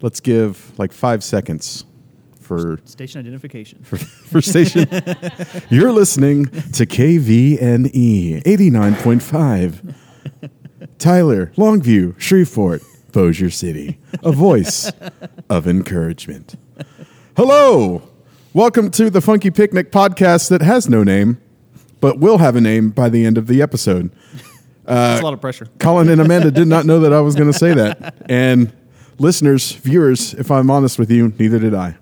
Let's give like five seconds for Station identification. for station. You're listening to KVNE 89.5. Tyler, Longview, Shreveport, Bossier City, a voice of encouragement. Hello! Welcome to the Funky Picnic podcast that has no name, but will have a name by the end of the episode. That's a lot of pressure. Colin and Amanda did not know that I was going to say that. And listeners, viewers, if I'm honest with you, neither did I.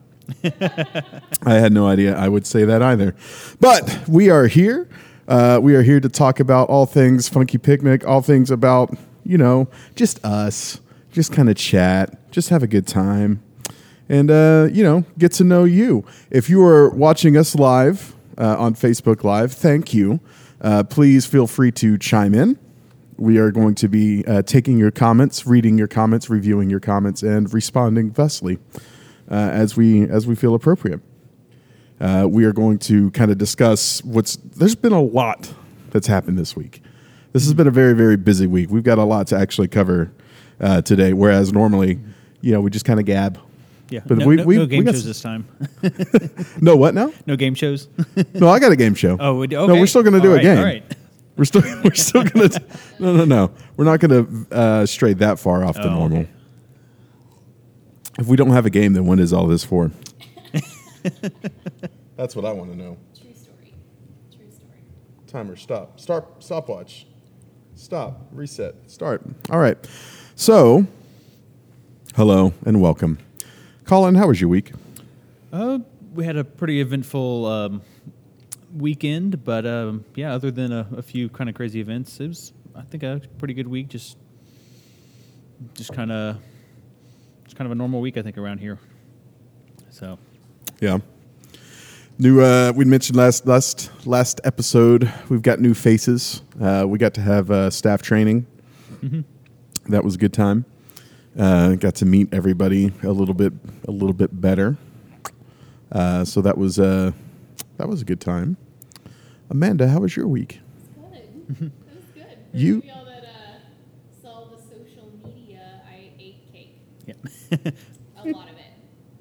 I had no idea I would say that either. But we are here. Uh, we are here to talk about all things Funky Picnic, all things about, you know, just us, just kind of chat, just have a good time, and, uh, you know, get to know you. If you are watching us live uh, on Facebook Live, thank you. Uh, please feel free to chime in. We are going to be uh, taking your comments, reading your comments, reviewing your comments, and responding thusly uh, as we as we feel appropriate. Uh, we are going to kind of discuss what's. There's been a lot that's happened this week. This has been a very very busy week. We've got a lot to actually cover uh, today, whereas normally, you know, we just kind of gab. Yeah. But no, we- no- we- no we game got shows s- this time. No, what now? No game shows. No, I got a game show. Oh, we do- no, okay. we're still going to do All a right, game. all right. We're still we're still going to no no no. We're not going to uh, stray that far off the Oh, normal. okay. If we don't have a game, then what is all this for? That's what I want to know. True story. True story. Timer, stop, stop, stopwatch, stop, reset, start. All right. So, hello and welcome, Colin. How was your week? Uh, we had a pretty eventful um, weekend, but um, yeah, other than a, a few kind of crazy events, it was I think a pretty good week. Just, just kind of, it's kind of a normal week I think around here. So Yeah. New. Uh, we mentioned last last last episode. We've got new faces. Uh, we got to have uh, staff training. That was a good time. Uh, got to meet everybody a little bit a little bit better. Uh, so that was uh, that was a good time. Amanda, how was your week? It's good. it was good. For You- those of y'all that uh, saw the social media, I ate cake. yeah, A Hmm. lot of it.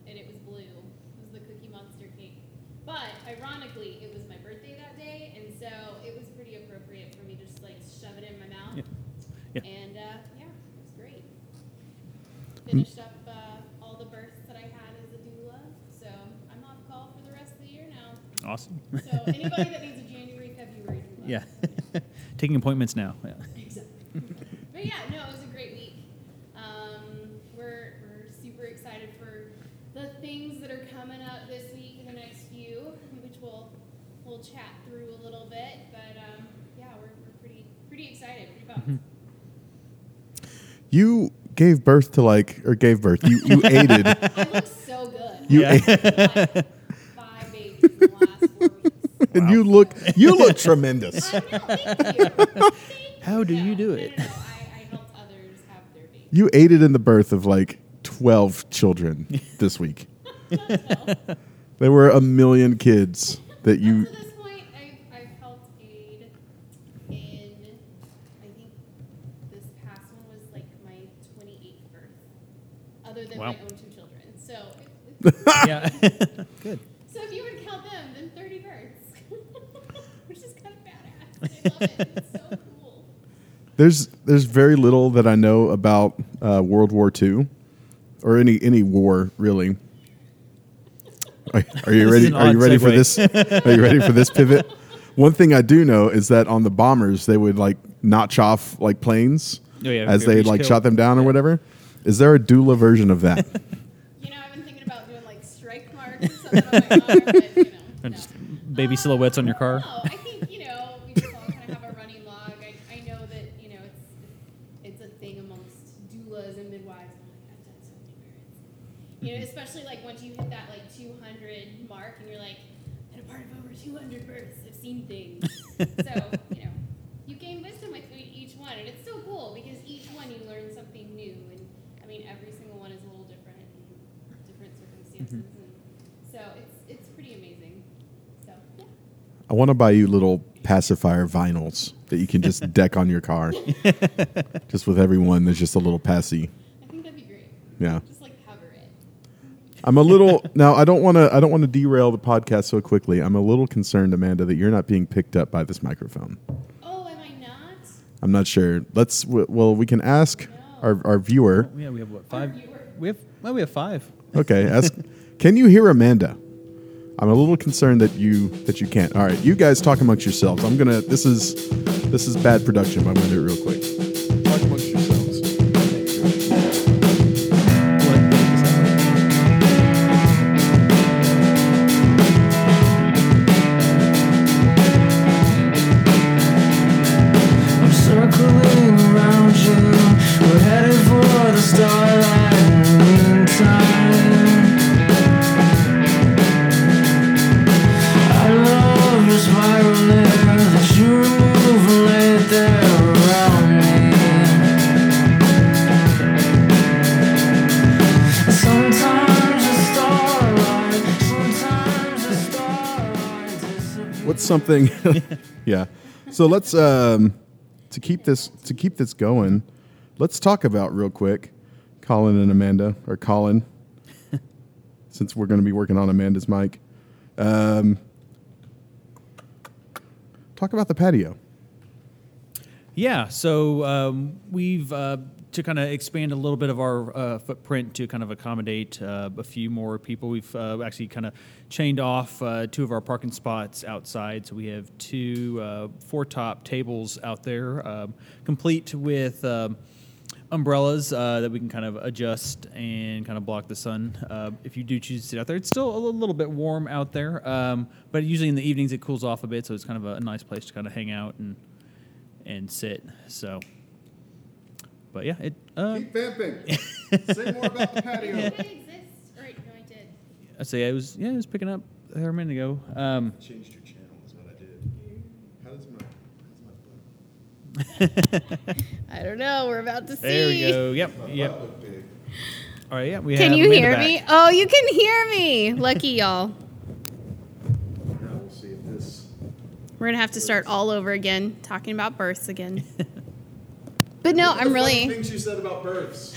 And it was blue. It was the Cookie Monster cake. But ironically, it was my birthday that day, and so it was pretty appropriate for me to just like shove it in my mouth. Yeah. Yeah. And uh, yeah, it was great. Hmm. Finished up uh, all the births that I had as a doula, so I'm off call for the rest of the year now. awesome. So anybody that needs a January, February, March. yeah, taking appointments now. Yeah. Exactly. but yeah, no, it was a great week. Um, we're, we're super excited for the things that are coming up this week and the next few, which we'll we'll chat through a little bit. But um, yeah, we're, we're pretty pretty excited. Pretty pumped. You gave birth to like or gave birth. You you aided. It looks so good. You Mm-hmm. ate- Yeah. Like, five babies in the last four weeks. and you look you look tremendous. I know, thank you. Thank How do you do No, it? No, no, no. I, I helped others have their babies. You aided in the birth of like 12 children this week. there were a million kids that Up you. to this point, I've, I've helped aid in, I think this past one was like my 28th birth, other than Wow. my own two children. So, it- it- yeah, good. so if you would count them, then 30 births, which is kind of badass. I love it. It's so cool. There's there's very little that I know about uh, World War II, or any any war really. Are, are you This is ready? an Are you odd ready for segue. this? Are you ready for this pivot? One thing I do know is that on the bombers they would like notch off like planes Oh, yeah, as if they each like kill- shot them down or whatever. Is there a doula version of that? You know, I've been thinking about doing like strike marks or something on my arm, but you know. And no. just baby silhouettes on your car. No, Um, I think you know we just all kind of have a running log. I, I know that you know it's it's a thing amongst doulas and midwives. I'm like, I've done so many births. You know, especially like once you hit that like 200 mark, and you're like, and a part of over 200 births, I've seen things. so you know, you gain wisdom with e- each one, and it's so cool because each one you learn something new, and I mean every single one is a little different, in different circumstances, and so it's it's pretty amazing. So yeah. I want to buy you little pacifier vinyls that you can just deck on your car. just with everyone, there's just a little passy. I think that'd be great. Yeah. Just like cover I'm a little now. I don't want to. I don't want to derail the podcast so quickly. I'm a little concerned, Amanda, that you're not being picked up by this microphone. Oh, am I not? I'm not sure. Let's. w- Well, we can ask our our viewer. Yeah, we have what five? We have well, we have five. Okay, ask. can you hear Amanda? I'm a little concerned that you that you can't. All right, you guys talk amongst yourselves. I'm gonna. This is this is bad production. But I'm gonna do it real quick. Talk amongst yourselves. I'm circling around you. We're headed for the starlight in the meantime. I love your spiral there that you remove and lay it there around me. Sometimes the starlight, sometimes the starlight disappears. What's something? yeah. So let's um, to keep this to keep this going. Let's talk about real quick, Colin and Amanda or Colin, since we're going to be working on Amanda's mic. Um, talk about the patio. Yeah, so um, we've uh, to kind of expand a little bit of our uh, footprint to kind of accommodate uh, a few more people. We've uh, actually kind of chained off uh, two of our parking spots outside, so we have two uh, four top tables out there, um, complete with. Um, umbrellas uh, that we can kind of adjust and kind of block the sun uh, if you do choose to sit out there. It's still a little bit warm out there, um, but usually in the evenings it cools off a bit, so it's kind of a nice place to kind of hang out and and sit. So, but yeah, it. Uh, vamping. Say more about the patio. It did exist. Or, no, I did. I say I was yeah, I was picking up there a minute ago. Um, Changed your channel is what I did. How does my I don't know. We're about to see. there we go. Yep. Yep. All right. Yeah. We Can have you Amanda hear back. me? Oh, you can hear me. Lucky y'all. Now we'll see if this. We're gonna have to start all over again, talking about births again. But no, I'm really, Things you said about births.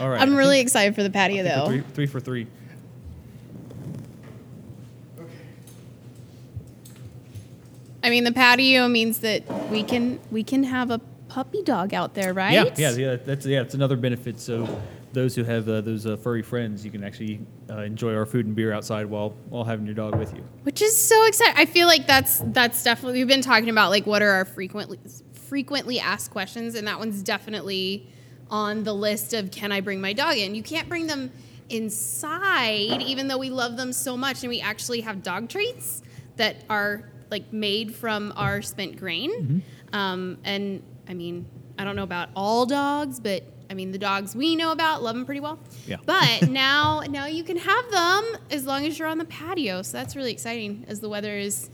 All right. I'm I really excited for the patio think we're though. Three, three for three. I mean, the patio means that we can we can have a puppy dog out there, right? Yeah, yeah, yeah. That's yeah. It's another benefit. So those who have uh, those uh, furry friends, you can actually uh, enjoy our food and beer outside while while having your dog with you. Which is so exciting. I feel like that's that's definitely we've been talking about like what are our frequently frequently asked questions, and that one's definitely on the list of can I bring my dog in? You can't bring them inside, even though we love them so much, and we actually have dog treats that are like made from our spent grain. Um, and I mean, I don't know about all dogs, but I mean the dogs we know about love them pretty well. Yeah. But now, now you can have them as long as you're on the patio. So that's really exciting, as the weather is,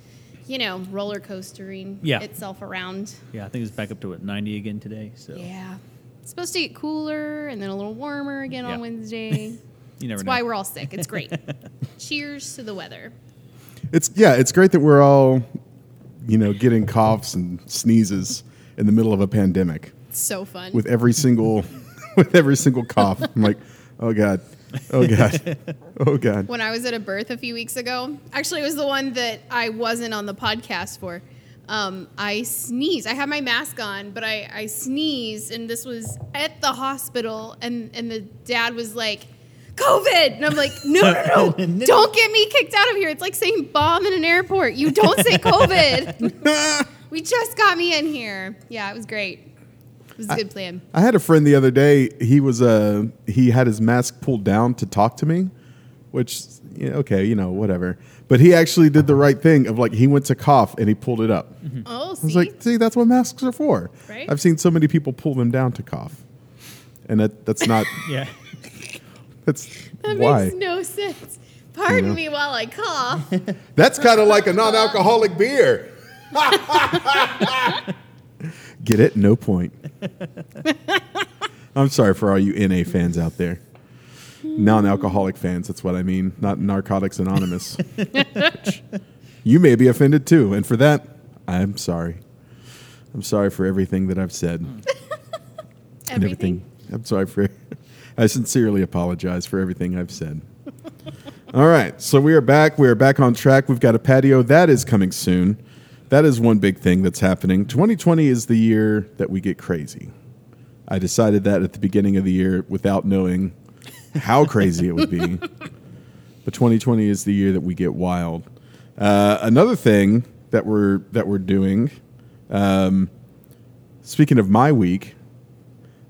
you know, roller coastering Yeah. itself around. Yeah, I think it's back up to what 90 again today. So Yeah. It's supposed to get cooler and then a little warmer again Yeah. on Wednesday. you never That's know. why we're all sick. It's great. Cheers to the weather. It's yeah, it's great that we're all, you know, getting coughs and sneezes in the middle of a pandemic It's so fun. with every single with every single cough. I'm like, oh god. Oh god. Oh god. when I was at a birth a few weeks ago. Actually, it was the one that I wasn't on the podcast for. Um, I sneezed. I had my mask on, but I, I sneezed, and this was at the hospital, and, and the dad was like, COVID. And I'm like, no, no, no, No. don't get me kicked out of here. It's like saying bomb in an airport. You don't say COVID. we just got me in here. Yeah, it was great. It was a good plan. I had a friend the other day. He was uh he had his mask pulled down to talk to me, which yeah, okay, you know, whatever. But he actually did the right thing of like he went to cough and he pulled it up. Oh, I was see? like, see, that's what masks are for. Right? I've seen so many people pull them down to cough, and that that's not yeah. that's that why. makes no sense. Pardon me while I cough. that's kind of like a non-alcoholic beer. Get it? No point. I'm sorry for all you NA fans out there. Non-alcoholic fans, that's what I mean, not Narcotics Anonymous. Which you may be offended too, and for that, I'm sorry. I'm sorry for everything that I've said. Everything. I'm sorry for I sincerely apologize for everything I've said. All right, so we are back. We are back on track. We've got a patio that is coming soon. That is one big thing that's happening. 2020 is the year that we get crazy. I decided that at the beginning of the year without knowing how crazy it would be. But 2020 is the year that we get wild. Uh, another thing that we're that we're doing. Um, speaking of my week,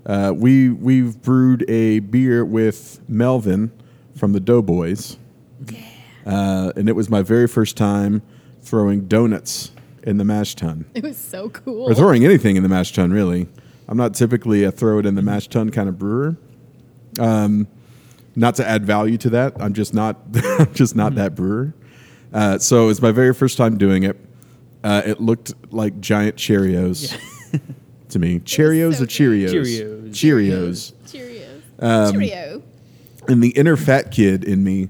uh, we we've brewed a beer with Melvin from the Doughboys, uh, and it was my very first time throwing donuts in the mash tun It was so cool. or throwing anything in the mash tun. Really, I'm not typically a throw it in the mash tun kind of brewer. Um, not to add value to that, I'm just not I'm just not that brewer. Uh, so it's my very first time doing it. Uh, it looked like giant Cheerios to me. Cheerios so or Cheerios? good. Cheerios. Cheerios. Cheerios. Um, Cheerio. And the inner fat kid in me,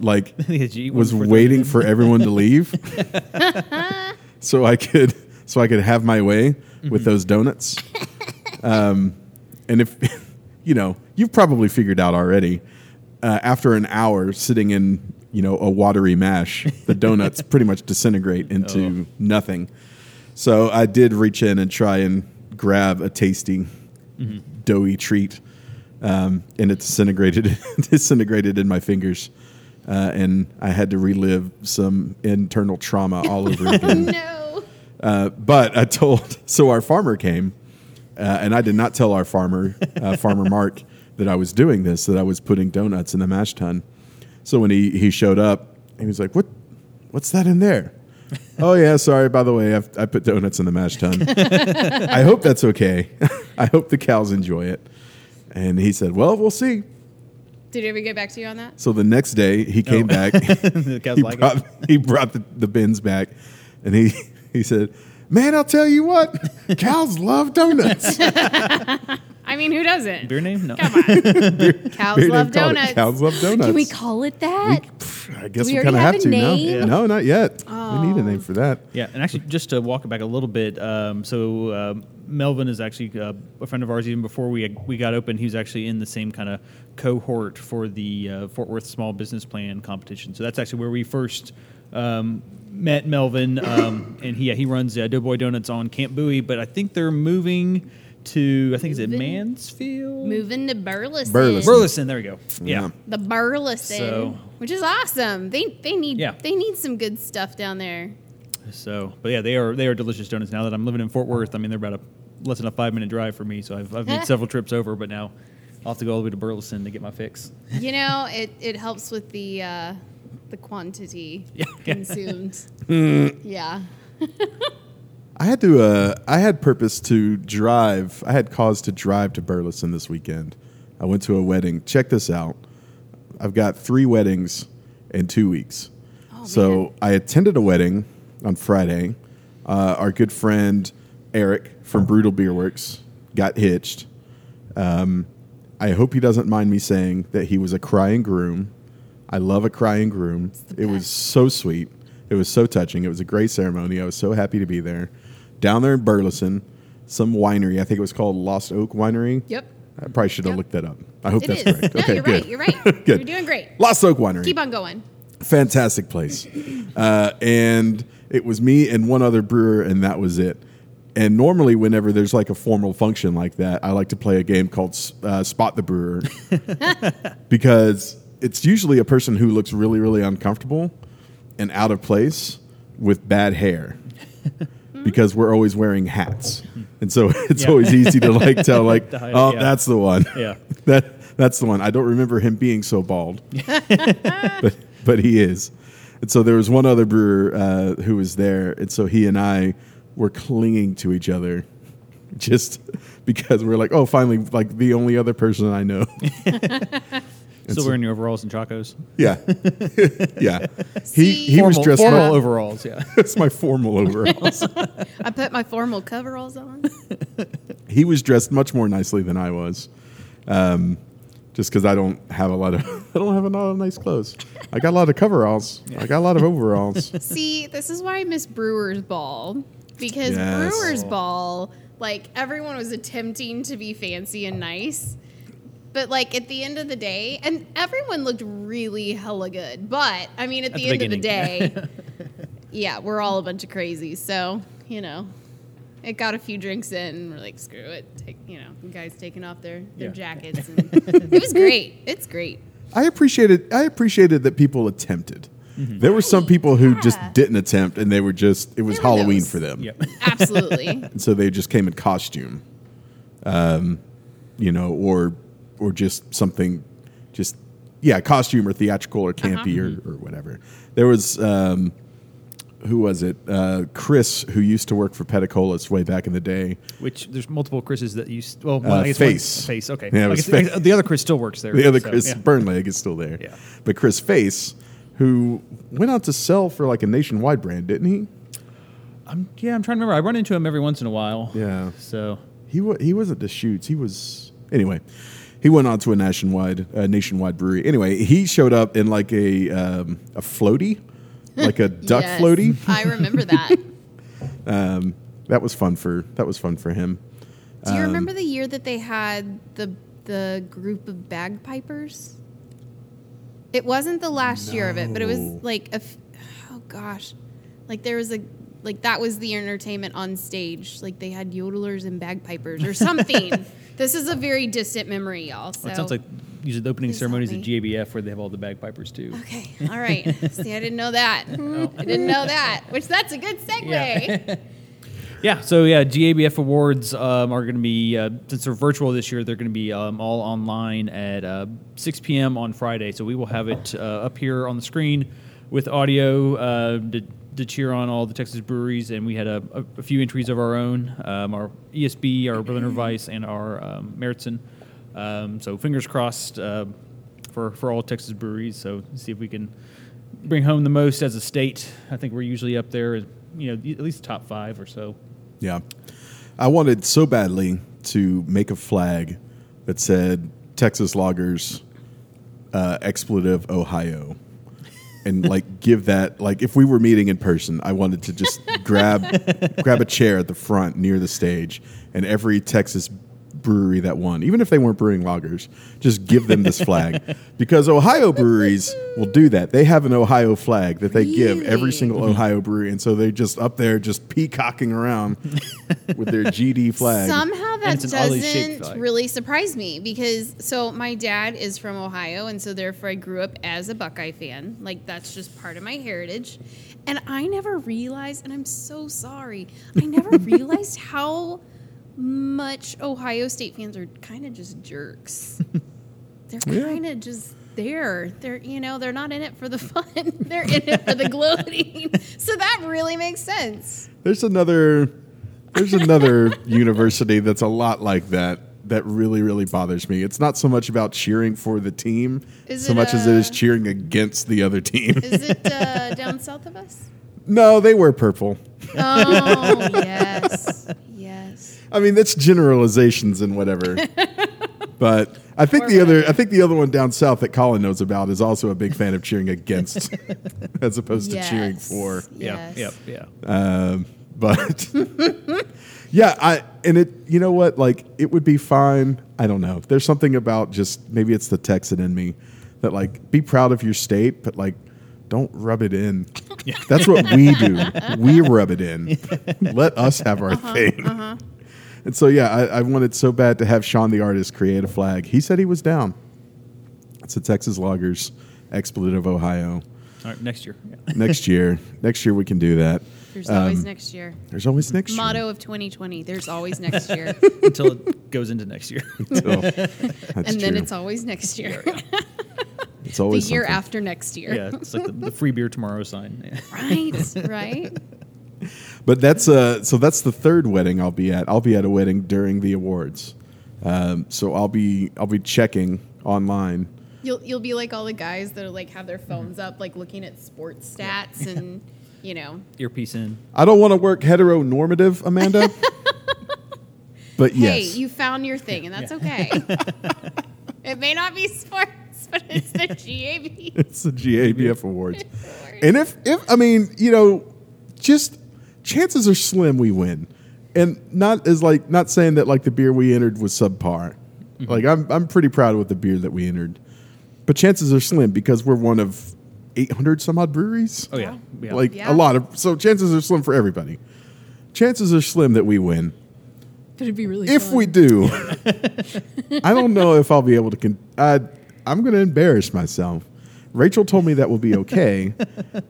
like, Yeah, gee, was one for waiting three. for everyone to leave, so I could so I could have my way with those donuts. Um, and if you know, you've probably figured out already. Uh, after an hour sitting in you know a watery mash, the donuts pretty much disintegrate into nothing. So I did reach in and try and grab a tasty, doughy treat, um, and it disintegrated disintegrated in my fingers, uh, and I had to relive some internal trauma all over again. No. Uh, but I told so our farmer came, uh, and I did not tell our farmer, uh, Farmer Mark, that I was doing this, that I was putting donuts in the mash tun. So when he he showed up, he was like, "What? What's that in there?" oh yeah, sorry. By the way, I've, I put donuts in the mash tun. I hope that's okay. I hope the cows enjoy it. And he said, "Well, we'll see." Did ever get back to you on that? So the next day, he came back the cows he, like brought, it. he brought the, the bins back and he, he said, Man, I'll tell you what, cows love donuts. I mean, who doesn't? Beer name? No. Cows Bearded love called it donuts. Cows love donuts. Can we call it that? I guess do we, we kind of already have, have a to now. name? Yeah. No, not yet. We need a name for that. Yeah, and actually, just to walk it back a little bit, um, so um, Melvin is actually uh, a friend of ours. Even before we we got open, he was actually in the same kind of cohort for the uh, Fort Worth Small Business Plan competition. So that's actually where we first um, met Melvin, um, and he yeah, he runs uh, Doughboy Donuts on Camp Bowie, but I think they're moving to I think is it Moving. Mansfield, Moving to Burleson. Burleson. Burleson. There we go. Yeah. Yeah, The Burleson, So- which is awesome. They they need Yeah. they need some good stuff down there. So, but yeah, they are they are delicious donuts. Now that I'm living in Fort Worth, I mean they're about a less than a five minute drive for me. So I've I've made several trips over, but now I'll have to go all the way to Burleson to get my fix. You know, it, it helps with the uh, the quantity consumed. yeah. I had to. Uh, I had purpose to drive. I had cause to drive to Burleson this weekend. I went to a wedding. Check this out. I've got three weddings in two weeks. Oh, so I attended a wedding on Friday. Uh, our good friend Eric Oh. from Brutal Beer Works got hitched. Um, I hope he doesn't mind me saying that he was a crying groom. I love a crying groom. It was so sweet. It was so touching. It was a great ceremony. I was so happy to be there. Down there in Burleson, some winery. I think it was called Lost Oak Winery. Yep. I probably should have Yep. looked that up. I hope It that's is. correct. No, okay, you're good. right. You're right. good. You're doing great. Lost Oak Winery Keep on going. fantastic place. Uh, and it was me and one other brewer, and that was it. And normally, whenever there's like a formal function like that, I like to play a game called uh, Spot the Brewer because it's usually a person who looks really, really uncomfortable and out of place with bad hair because we're always wearing hats. And so it's Yeah. always easy to like tell, like, To hide it, oh, yeah. that's the one. Yeah. that that's the one. I don't remember him being so bald, but but he is. And so there was one other brewer uh, who was there, and so he and I were clinging to each other, just because we are like, oh, finally, like the only other person I know. Still wearing your overalls and chacos. yeah, yeah. See? he he was Formal- dressed formal up. overalls. Yeah. That's my formal overalls. I put my formal coveralls on. he was dressed much more nicely than I was. Um, just because I don't have a lot of I don't have a lot of nice clothes. I got a lot of coveralls. I got a lot of overalls. See, this is why I miss Brewer's Ball because Yes. Brewer's Ball, like everyone was attempting to be fancy and nice, But like at the end of the day, and everyone looked really hella good. But I mean, at, the, the end of the beginning. day, yeah, we're all a bunch of crazies. So you know, it got a few drinks in. And we're like, screw it. Take, you know, the guys taking off their, their Yeah. jackets. And it was great. It's great. I appreciated I appreciated that people attempted. Mm-hmm. There were some people who just Yeah. didn't attempt, and they were just it was There were Halloween those. for them, Yep. Absolutely. and so they just came in costume, um, you know, or or just something, just yeah, costume or theatrical or Uh-huh. campy Mm-hmm. or, or whatever. There was um, who was it? Uh, Chris, who used to work for Petacolas way back in the day. Which there's multiple Chris's that you. s- Well, one, Uh, I guess one- Face. face. Okay. Yeah, it I was guess- I Face. guess the other Chris still works there. The other so, Chris yeah. Burnleg is still there. Yeah. But Chris Face, who went out to sell for like a nationwide brand, didn't he? I'm, yeah, I'm trying to remember. I run into him every once in a while. Yeah. So He wa- he wasn't the shoots. He was anyway. He went on to a nationwide uh, nationwide brewery. Anyway, he showed up in like a um, a floaty, like a duck Yes. floaty. I remember that. Do Um, that was fun for that was fun for him. you remember the year that they had the the group of bagpipers? It wasn't the last year of it, but it was No. like a f- oh gosh, like there was a like that was the entertainment on stage. Like they had yodelers and bagpipers or something. this is a very distant memory, y'all. So Well, it sounds like usually the opening Please help ceremonies me. at GABF where they have all the bagpipers too. Okay. All right. See, I didn't know that. I didn't know that. Which that's a good segue. Oh. Yeah. Yeah, so yeah, GABF awards um, are going to be uh, since they're virtual this year, they're going to be um, all online at uh, 6 p.m. on Friday. So we will have it uh, up here on the screen with audio uh, to, to cheer on all the Texas breweries, and we had a, a, a few entries of our own, um, our ESB, our Berliner Weiss, and our um, Meritzen. Um, so fingers crossed uh, for for all Texas breweries. So see if we can bring home the most as a state. I think we're usually up there, you know, at least top five or so. Yeah. I wanted so badly to make a flag that said Texas Loggers uh, expletive Ohio. And like give that like if we were meeting in person, I wanted to just grab grab a chair at the front near the stage and every Texas brewery that won, even if they weren't brewing lagers, just give them this flag. Because Ohio breweries will do that. They have an Ohio flag that they give every Really? single single Ohio brewery, and so they're just up there, just peacocking around with their GD flag. Somehow that it's an oddly shaped doesn't flag. really surprise me because so my dad is from Ohio and so therefore I grew up as a Buckeye fan. Like that's just part of my heritage. And I never realized and I'm so sorry. I never realized how much Ohio State fans are kind of just jerks. They're Yeah. kind of just there. They're you know, they're not in it for the fun. they're in it for the gloating. so that really makes sense. There's another, there's another university that's a lot like that. That really, really bothers me. It's not so much about cheering for the team, Is so it, much as it uh, is cheering against the other team. Is it uh, down south of us? no, they wear purple. Oh yes, yes. I mean, that's generalizations and whatever. but I think Or the other, whatever. I think the other one down south that Colin knows about is also a big fan of cheering against, as opposed to cheering Yes, for. Yes. Yeah, yeah, yeah. Um, but yeah, I and it. You know what? Like it would be fine. I don't know. There's something about just maybe it's the Texan in me that like be proud of your state, but like don't rub it in. That's what we do. We rub it in. Let us have our Uh-huh, thing. And so yeah, I, I wanted so bad to have Sean the artist create a flag. He said he was down. It's a Texas Loggers expletive Ohio. All right, next year. Yeah. Next year, next year we can do that. There's always Um, next year. There's always next year. Motto of 2020. There's always next year, Until it goes into next year. So, that's and then true. it's always next year. It's the always year something. after next year. yeah, it's like the, the free beer tomorrow sign. Yeah. Right. Right. But that's uh, so that's the third wedding I'll be at. I'll be at a wedding during the awards, um, so I'll be I'll be checking online. You'll you'll be like all the guys that are like have Mm-hmm. their phones up, like looking at sports stats and you know Earpiece in. I don't want to work heteronormative, Amanda. but hey, yes, you found your thing, and that's okay. it may not be sports, but it's the GAB. it's the GABF awards. And if if I mean, you know, just chances are slim we win. And not as like not saying that like the beer we entered was subpar. Like I'm I'm pretty proud with the beer that we entered, but chances are slim because we're one of 800 some odd breweries. Oh yeah, yeah. Like Yeah. a lot of so chances are slim for everybody. Chances are slim that we win. It'd be really If fun. we do, I don't know if I'll be able to. Con- I, I'm going to embarrass myself. Rachel told me that will be okay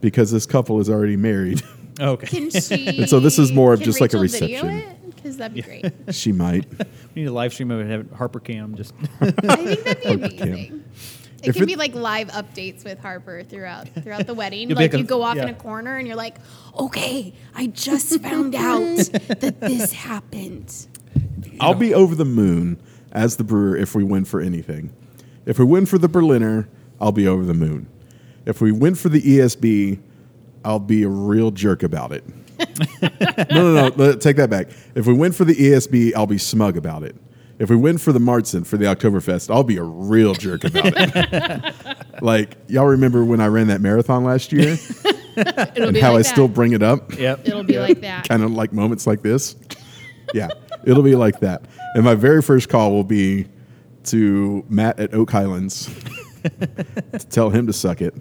because this couple is already married. Oh, okay. Can she? And so this is more of can just like a Rachel Video reception. it? Because that'd be great. she might. We need a live stream of it. Have it Harper Cam just I think that'd be Okay. amazing. It If can it- be like live updates with Harper throughout throughout the wedding. You'll like, be like a- you go off in yeah. a corner and you're like, "Okay, I just found out that this happened." I'll be over the moon as the brewer if we win for anything. If we win for the Berliner, I'll be over the moon. If we win for the ESB, I'll be a real jerk about it. no, no, no. let- Take that back. If we win for the ESB, I'll be smug about it. If we win for the Martzen for the Oktoberfest, I'll be a real jerk about it. like y'all remember when I ran that marathon last year It'll and be how like I that. still bring it up? yep. It'll be like that. kind of like moments like this. Yeah, it'll be like that. And my very first call will be to Matt at Oak Highlands to tell him to suck it.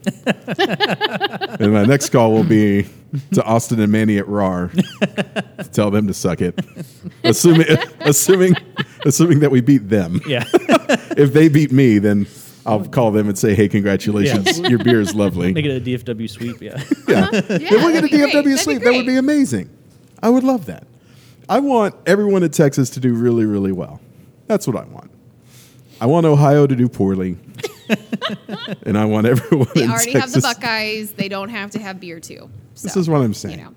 and my next call will be to Austin and Manny at RAR to tell them to suck it. Assuming, assuming, assuming that we beat them. Yeah. If they beat me, then I'll call them and say, "Hey, congratulations! Your beer is lovely." Make it a DFW sweep. Yeah. Yeah. if we that'd get a be great. That'd DFW be sleep, that would be great. amazing. I would love that. I want everyone in Texas to do really, really well. That's what I want. I want Ohio to do poorly. and I want everyone They in already have Texas. the Buckeyes. They don't have to have beer too. So, This is what I'm saying. You know,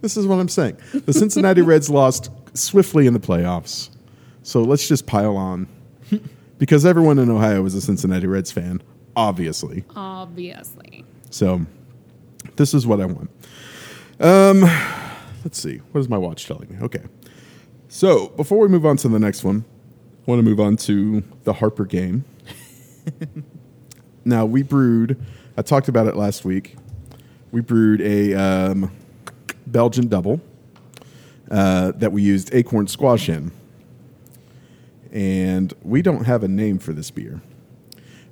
This is what I'm saying. The Cincinnati Reds lost swiftly in the playoffs. So let's just pile on. Because everyone in Ohio is a Cincinnati Reds fan, obviously. obviously. So this is what I want. Um, let's see. What is my watch telling me? Okay. So before we move on to the next one, I want to move on to the Harper game. now we brewed. I talked about it last week. We brewed a um, Belgian double uh, that we used acorn squash in, and we don't have a name for this beer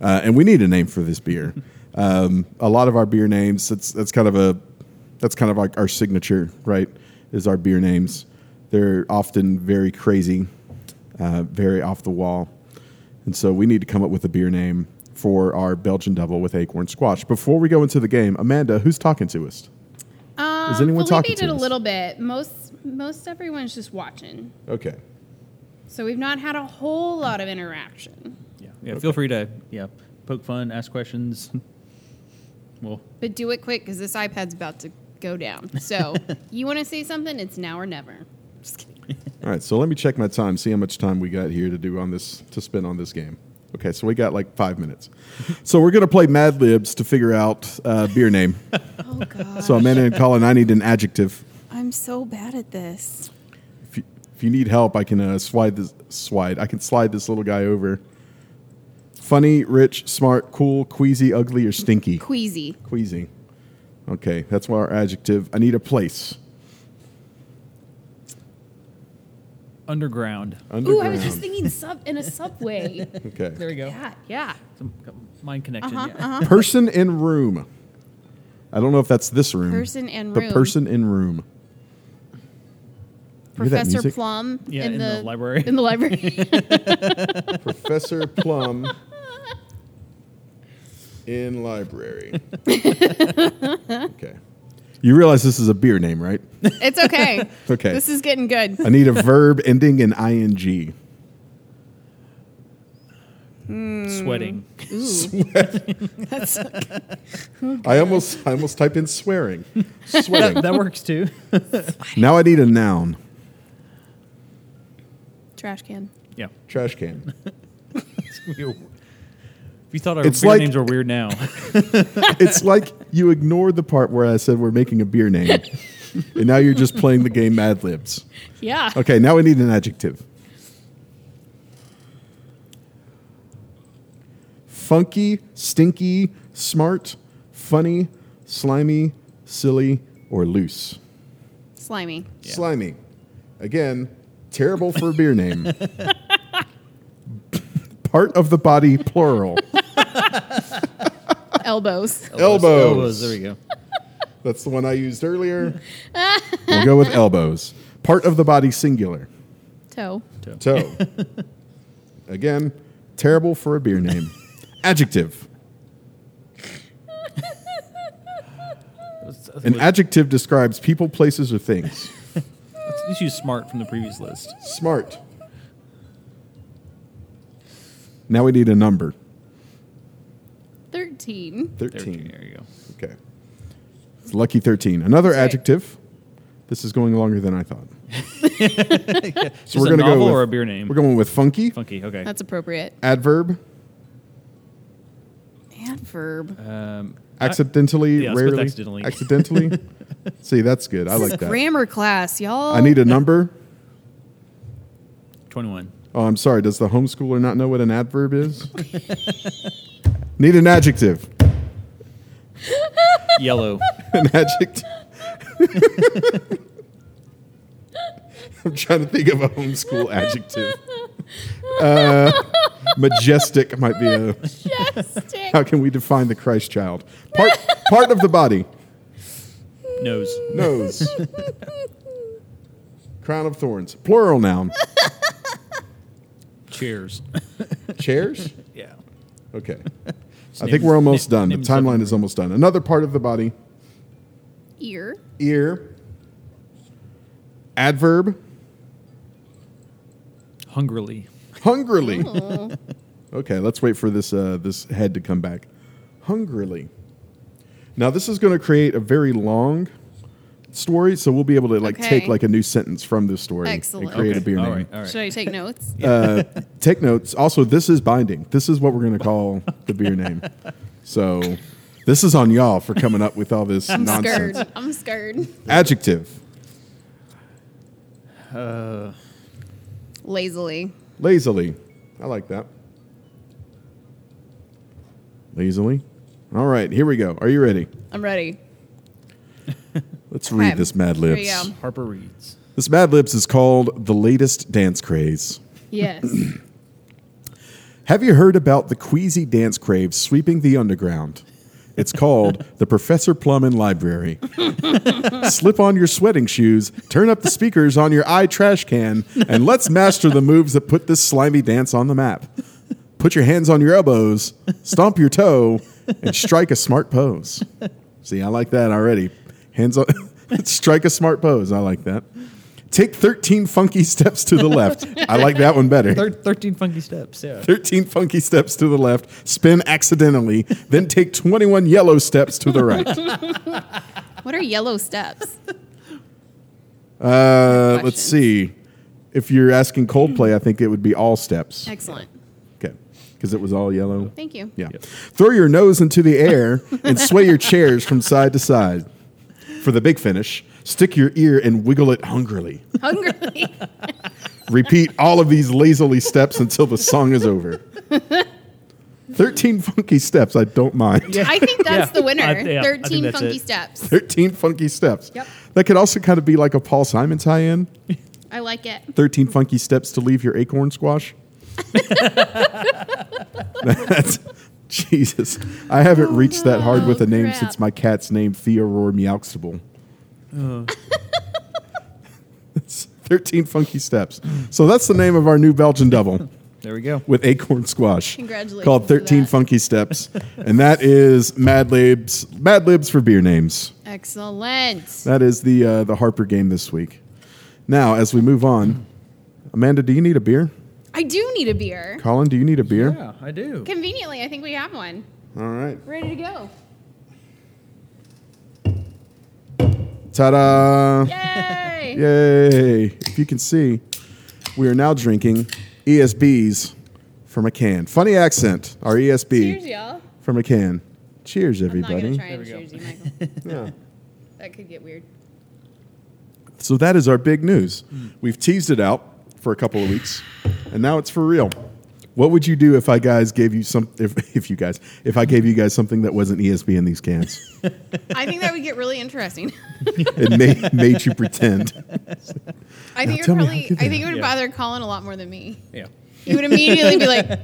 uh, and we need a name for this beer. Um, a lot of our beer names that's that's kind of a that's kind of like our signature, right? Is our beer names? They're often very crazy, uh, very off the wall, and so we need to come up with a beer name for our Belgian double with acorn squash. Before we go into the game, Amanda, who's talking to us? Um, Is anyone Felipe talking to did a us? little bit. Most most everyone's just watching. Okay, So we've not had a whole lot of interaction. Yeah. Yeah. Feel free to yeah poke fun, ask questions. Well, But do it quick because this iPad's about to go down. So you want to say something? It's now or never. Just kidding. all right. So let me check my time, see how much time we got here to do on this to spend on this game. Okay, so we got like five minutes. So we're gonna play Mad Libs to figure out uh, beer name. Oh God, So Amanda and Colin, I need an adjective. I'm so bad at this. If you, if you need help, I can uh, slide this slide. I can slide this little guy over. Funny, rich, smart, cool, queasy, ugly, or stinky. Queasy. Queasy. Okay, that's our adjective. I need a place. underground. Ooh, Underground. I was just thinking sub in a subway. Okay. There you go. yeah, yeah. Some mind connection. Uh-huh, yeah. Person in room. I don't know if that's this room. Person in but room. person in room. hear that Professor music? Plum Yeah, in the library. In the library. Professor Plum in library. okay. You realize this is a beer name, right? it's okay. Okay. This is getting good. I need a verb ending in ing. uh-huh. Sweating. Ooh. That's I almost I almost typed in swearing. Sweating. that works too. now I need a noun. trash can. yeah. Trash can. If you thought our It's beer like- names were weird now, It's like you ignored the part where I said we're making a beer name. and now you're just playing the game Mad Libs. Yeah. Okay, now we need an adjective. Funky, stinky, smart, funny, slimy, silly, or loose. Slimy. Yeah. Slimy. Again, terrible for a beer name. part of the body, plural. Elbows. Elbows. There we go. That's the one I used earlier. we'll go with elbows. Part of the body, singular. Toe. Toe. Again, terrible for a beer name. Adjective. An adjective describes people, places, or things. Let's use smart from the previous list. Smart. Now we need a number. 13. 13. There you go. Okay. It's lucky 13. Another right. adjective. This is going longer than I thought. So we're a gonna novel with- or a beer name. We're going with funky, Funky. Okay. That's appropriate. adverb, Adverb. um, accidentally, yeah, let's put rarely. accidentally. Accidentally. See, that's good. I this like is that. grammar class, y'all. I need a number. Twenty-one. Oh, I'm sorry. Does the homeschooler not know what an adverb is? need an adjective. Yellow. An adjective. I'm trying to think of a homeschool adjective. Uh, majestic might be a. Majestic. How can we define the Christ child? Part part of the body. Nose. Nose. Crown of thorns. Plural noun. Chairs. Chairs? yeah. Okay. Just I name- think we're almost name- done. The name something. timeline is almost done. Another part of the body. Ear. Ear. Adverb. Hungrily. Hungrily. Oh. Okay, let's wait for this uh, this head to come back. Hungrily. Now this is going to create a very long story, so we'll be able to like take Okay. like a new sentence from this story Excellent. and create a Okay, beer All name. right. All right. Should I take notes? Uh, take notes. Also, this is binding. This is what we're going to call the beer name. So this is on y'all for coming up with all this I'm nonsense. scared. I'm scared. Adjective. Lazily. Lazily. I like that. Lazily. All right, here we go. Are you ready? I'm ready. Let's read Okay. this Mad Here we Libs. go. Harper Reeds. This Mad Libs is called The Latest Dance Craze. Yes. Have you heard about the queasy dance craze sweeping the underground? It's called the Professor Plummin Library. Slip on your sweating shoes, turn up the speakers on your eye trash can, and let's master the moves that put this slimy dance on the map. Put your hands on your elbows, stomp your toe, and strike a smart pose. See, I like that already. Hands on, strike a smart pose. I like that. Take 13 funky steps to the left. I like that one better. Thir- Thirteen funky steps. Yeah. 13 funky steps to the left, spin accidentally, then take 21 yellow steps to the right. what are yellow steps? Uh, let's Questions. see. If you're asking Coldplay, I think it would be all steps. Excellent. Okay. Because it was all yellow. Thank you. Yeah. Throw your nose into the air and sway your chairs from side to side. For the big finish, stick your ear and wiggle it hungrily. Hungrily. Repeat all of these lazily steps until the song is over. 13 funky steps, I don't mind. I think that's Yeah. the winner. I- yeah, I think 13 that's funky it. steps. 13 funky steps. Yep. That could also kind of be like a Paul Simon tie in. I like it. 13 funky steps to leave your acorn squash. That's, Jesus. I haven't reached that hard with a name Oh, crap. since my cat's name Theorore Meowxable. Oh. 13 funky steps. So that's the name of our new Belgian double There we go. with acorn squash. Congratulations Called to 13 that. funky steps. and that is Mad Libs, Mad Libs for beer names. Excellent. That is the uh, the Harper game this week. Now, as we move on, Amanda, do you need a beer? I do need a beer. Colin, do you need a beer? Yeah, I do. Conveniently, I think we have one. All right. Ready to go. Ta-da! Yay! Yay! If you can see, we are now drinking ESBs from a can. Funny accent, our ESB Cheers, y'all. from a can. Cheers, I'm not gonna everybody. try and cheers you, Michael. Yeah. That could get weird. So that is our big news. We've teased it out for a couple of weeks, and now it's for real. What would you do if I guys gave you some if, if you guys if I gave you guys something that wasn't E ESB in these cans? I think that would get really interesting. It made, made you pretend. I Now think it tell would me how probably. good I that think it would is. bother Colin a lot more than me. Yeah. He would immediately be like,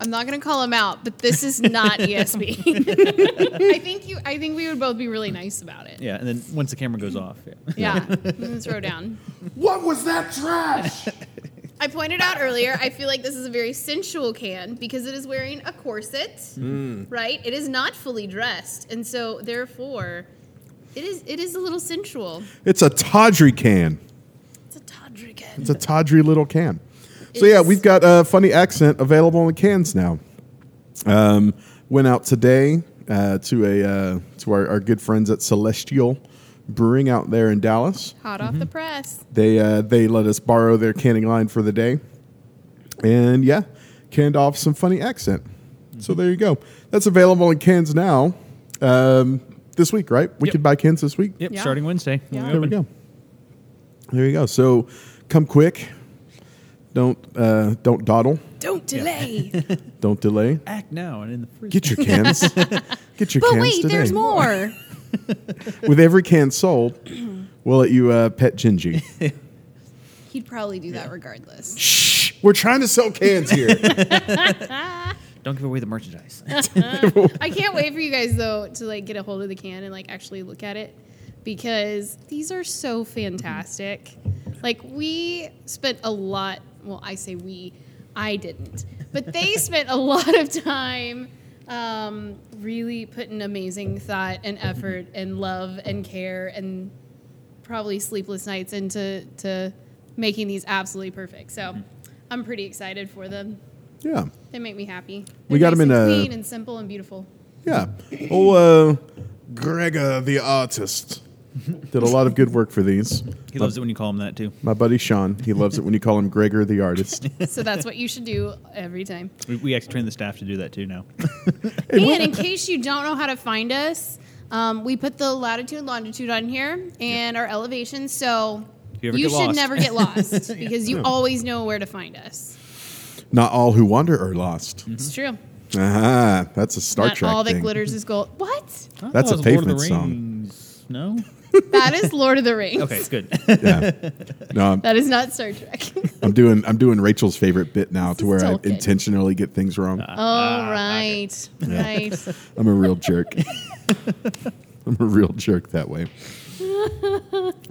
I'm not gonna call him out, but this is not ESP. I think you. I think we would both be really nice about it. Yeah, and then once the camera goes off, yeah. Yeah, let's throw down. What was that trash? I pointed out earlier, I feel like this is a very sensual can because it is wearing a corset, Mm. right? It is not fully dressed, and so therefore, it is it is a little sensual. it's a tawdry can. It's a tawdry It's can. a tawdry little can. So yeah, It's- we've got a funny accent available in the cans now. Um, went out today uh, to a uh, to our, our good friends at Celestial Brewing out there in Dallas. Hot off the Mm-hmm. press. They uh, they let us borrow their canning line for the day, and yeah, canned off some funny accent. So there you go. That's available in cans now. Um, this week, right? We Yep. could buy cans this week. Yep, Yeah. starting Wednesday. when Yeah. There we open. go. There you go. So come quick. Don't uh, don't dawdle. Don't delay. Don't delay. Act now and in the fridge. Get your cans. Get your but cans wait, today. there's more. With every can sold, we'll let you uh, pet Gingy. He'd probably do that regardless. Shh. We're trying to sell cans here. Don't give away the merchandise. I can't wait for you guys though to like get a hold of the can and like actually look at it because these are so fantastic. Like we spent a lot, well I say we, I didn't. But they spent a lot of time um, really putting amazing thought and effort and love and care and probably sleepless nights into to making these absolutely perfect. So I'm pretty excited for them. yeah. They make me happy. We They're got 'em in nice and a- clean and simple and beautiful. Yeah. Oh, uh, Gregor the artist did a lot of good work for these. he loves it when you call him that too. My buddy Sean, he loves it when you call him Gregor the artist. So that's what you should do every time. We, we actually train the staff to do that too now. And in case you don't know how to find us, um, we put the latitude and longitude on here and our elevation. So you ever you, get should lost. never get lost because you always know where to find us. Not all who wander are lost. It's true. Ah, that's a Mm-hmm. Star Not Trek all that thing. glitters is gold. What? That's Oh, a it's Lord of the pavement song. Rings. No. That is Lord of the Rings. Okay, good. Yeah. No, I'm, That is not Star Trek. I'm doing I'm doing Rachel's favorite bit now to is where I Tolkien. intentionally get things wrong. Oh, Ah, right. Right. I'm a real jerk. I'm a real jerk that way.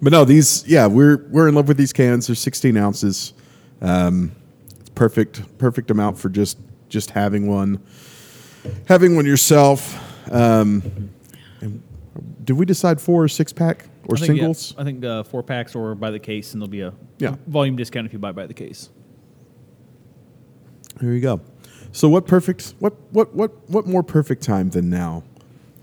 But no, these yeah, we're we're in love with these cans. They're 16 ounces. Um, it's perfect perfect amount for just just having one, having one yourself. Um, and did we decide four or six pack or I think, yeah, singles? I think uh, four packs or by the case, and there'll be a Yeah. volume discount if you buy by the case. There you go. So what perfect what what what what more perfect time than now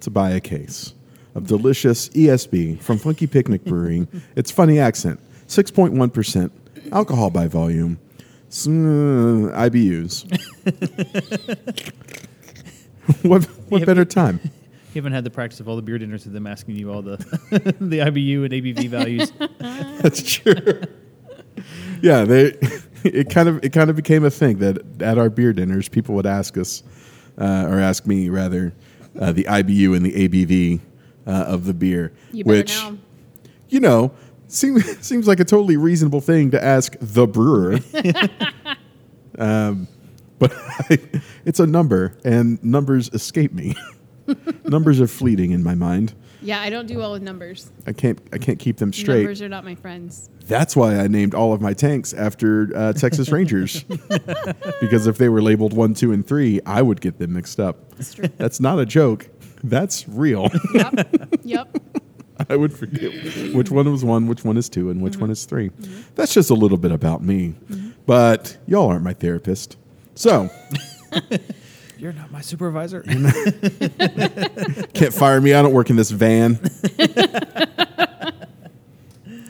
to buy a case of delicious ESB from Funky Picnic Brewing. it's funny accent. 6.1% alcohol by volume. S- uh, IBUs. what what better time? You haven't had the practice of all the beer dinners with them asking you all the the IBU and ABV values. That's true. yeah, they. It kind of it kind of became a thing that at our beer dinners, people would ask us, uh, or ask me rather, uh, the IBU and the ABV uh, of the beer, You better which know. you know seems seems like a totally reasonable thing to ask the brewer. um, but it's a number, and numbers escape me. numbers are fleeting in my mind. Yeah, I don't do well with numbers. I can't I can't keep them straight. Numbers are not my friends. That's why I named all of my tanks after uh, Texas Rangers. because if they were labeled one, two, and three, I would get them mixed up. It's true. That's not a joke. That's real. yep. Yep. I would forget which one was one, which one is two, and which one is 3 That's just a little bit about me. But y'all aren't my therapist. So You're not my supervisor. can't fire me. I don't work in this van.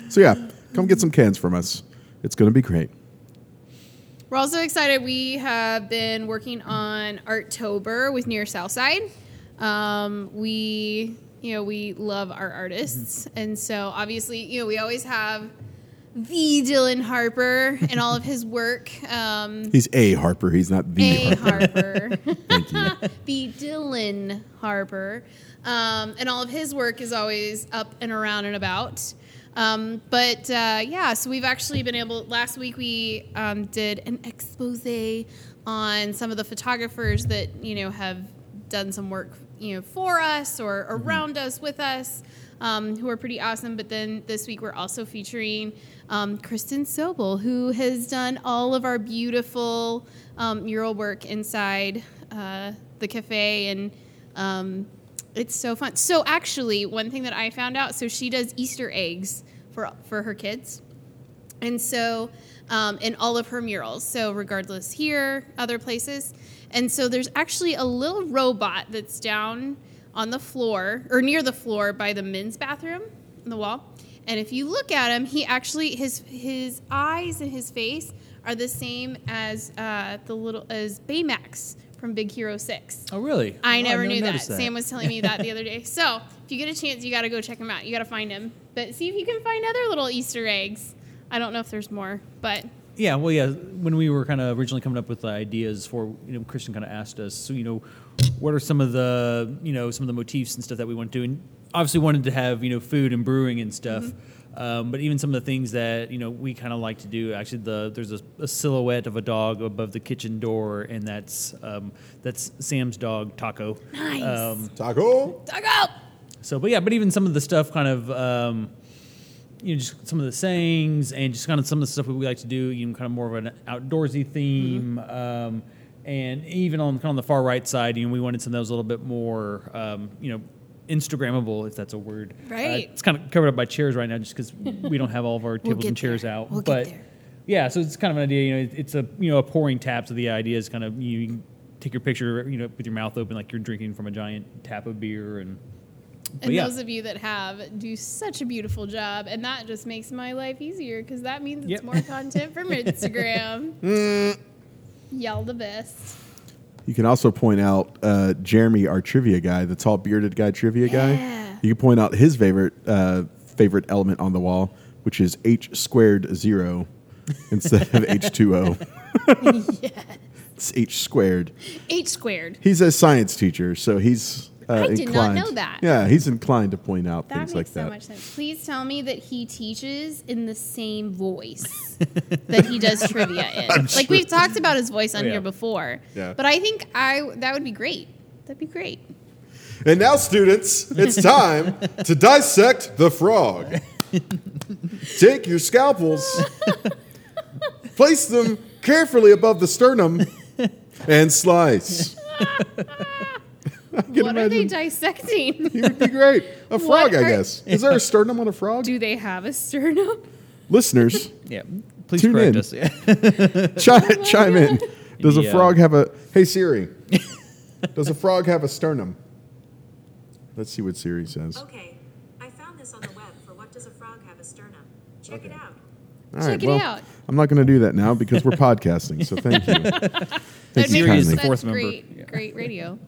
so yeah, come get some cans from us. It's going to be great. We're also excited. We have been working on Arttober with Near Southside. Um, we, you know, we love our artists, and so obviously, you know, we always have the Dylan Harper and all of his work. Um, He's a Harper. He's not the a Harper. Harper. Thank you. the Dylan Harper. Um, and all of his work is always up and around and about. Um, but uh, yeah, so we've actually been able, last week we um, did an expose on some of the photographers that you know have done some work you know for us or around us with us um, who are pretty awesome but then this week we're also featuring um, kristen sobel who has done all of our beautiful um, mural work inside uh, the cafe and um, it's so fun so actually one thing that i found out so she does easter eggs for for her kids and so um, in all of her murals so regardless here other places and so there's actually a little robot that's down on the floor or near the floor by the men's bathroom on the wall and if you look at him he actually his his eyes and his face are the same as uh, the little as baymax from big hero 6 Oh, really? I Oh, never knew that. noticed Sam was telling me that the other day. So if you get a chance, you got to go check him out. You got to find him, but see if you can find other little Easter eggs. I don't know if there's more, but Yeah, well, yeah. When we were kind of originally coming up with the ideas for, you know, Christian kind of asked us, so, you know, what are some of the, you know, some of the motifs and stuff that we want to do? And obviously wanted to have, you know, food and brewing and stuff. Um, but even some of the things that, you know, we kind of like to do, actually, the there's a, a silhouette of a dog above the kitchen door, and that's um, that's Sam's dog, Taco. Nice. Um, Taco. dug up. so, but yeah, but even some of the stuff, kind of, um, you know, just some of the sayings and just kind of some of the stuff that we like to do, you know, kind of more of an outdoorsy theme. Mm-hmm. Um, and even on kind of the far right side, you know, we wanted some of those a little bit more, um, you know, Instagrammable, if that's a word. Uh, Right. it's kind of covered up by chairs right now, just because we don't have all of our tables get and chairs there. out. We'll get but there. yeah, so it's kind of an idea. You know, it- it's a you know a pouring tap. So the idea is kind of you can take your picture, you know, with your mouth open, like you're drinking from a giant tap of beer and. but And yeah. those of you that have do such a beautiful job, and that just makes my life easier because that means it's Yep. Mm. more content from Instagram. Y'all the best. You can also point out uh, Jeremy, our trivia guy, the tall bearded guy, trivia Yeah. guy. You can point out his favorite uh, favorite element on the wall, which is h squared zero instead of h two o. It's h squared. H squared. He's a science teacher, so he's uh, I did not inclined. know that. Yeah, he's inclined to point out That things makes like so that. much sense. Please tell me that he teaches in the same voice that he does trivia in. like we've talked about his voice on Oh, yeah. here before. Yeah. But I think I that would be great. That'd be great. And now, students, it's time to dissect the frog. Take your scalpels, place them carefully above the sternum, and slice. What are they dissecting? It would be great. A frog, I are- guess. Is there a sternum on a frog? Do they have a sternum? Listeners, Yeah, please Tune correct in. us. Yeah. chi- chime in. Does a Yeah. frog have a. Hey, Siri. Does a frog have a sternum? Let's see what Siri says. Okay, I found this on the web for what does a frog have a sternum? Check it out. All Check it out. I'm not going to do that now because we're podcasting, so thank you. That'd Thank you, make- Siri is kindly. the that's fourth member. great, Yeah. great radio.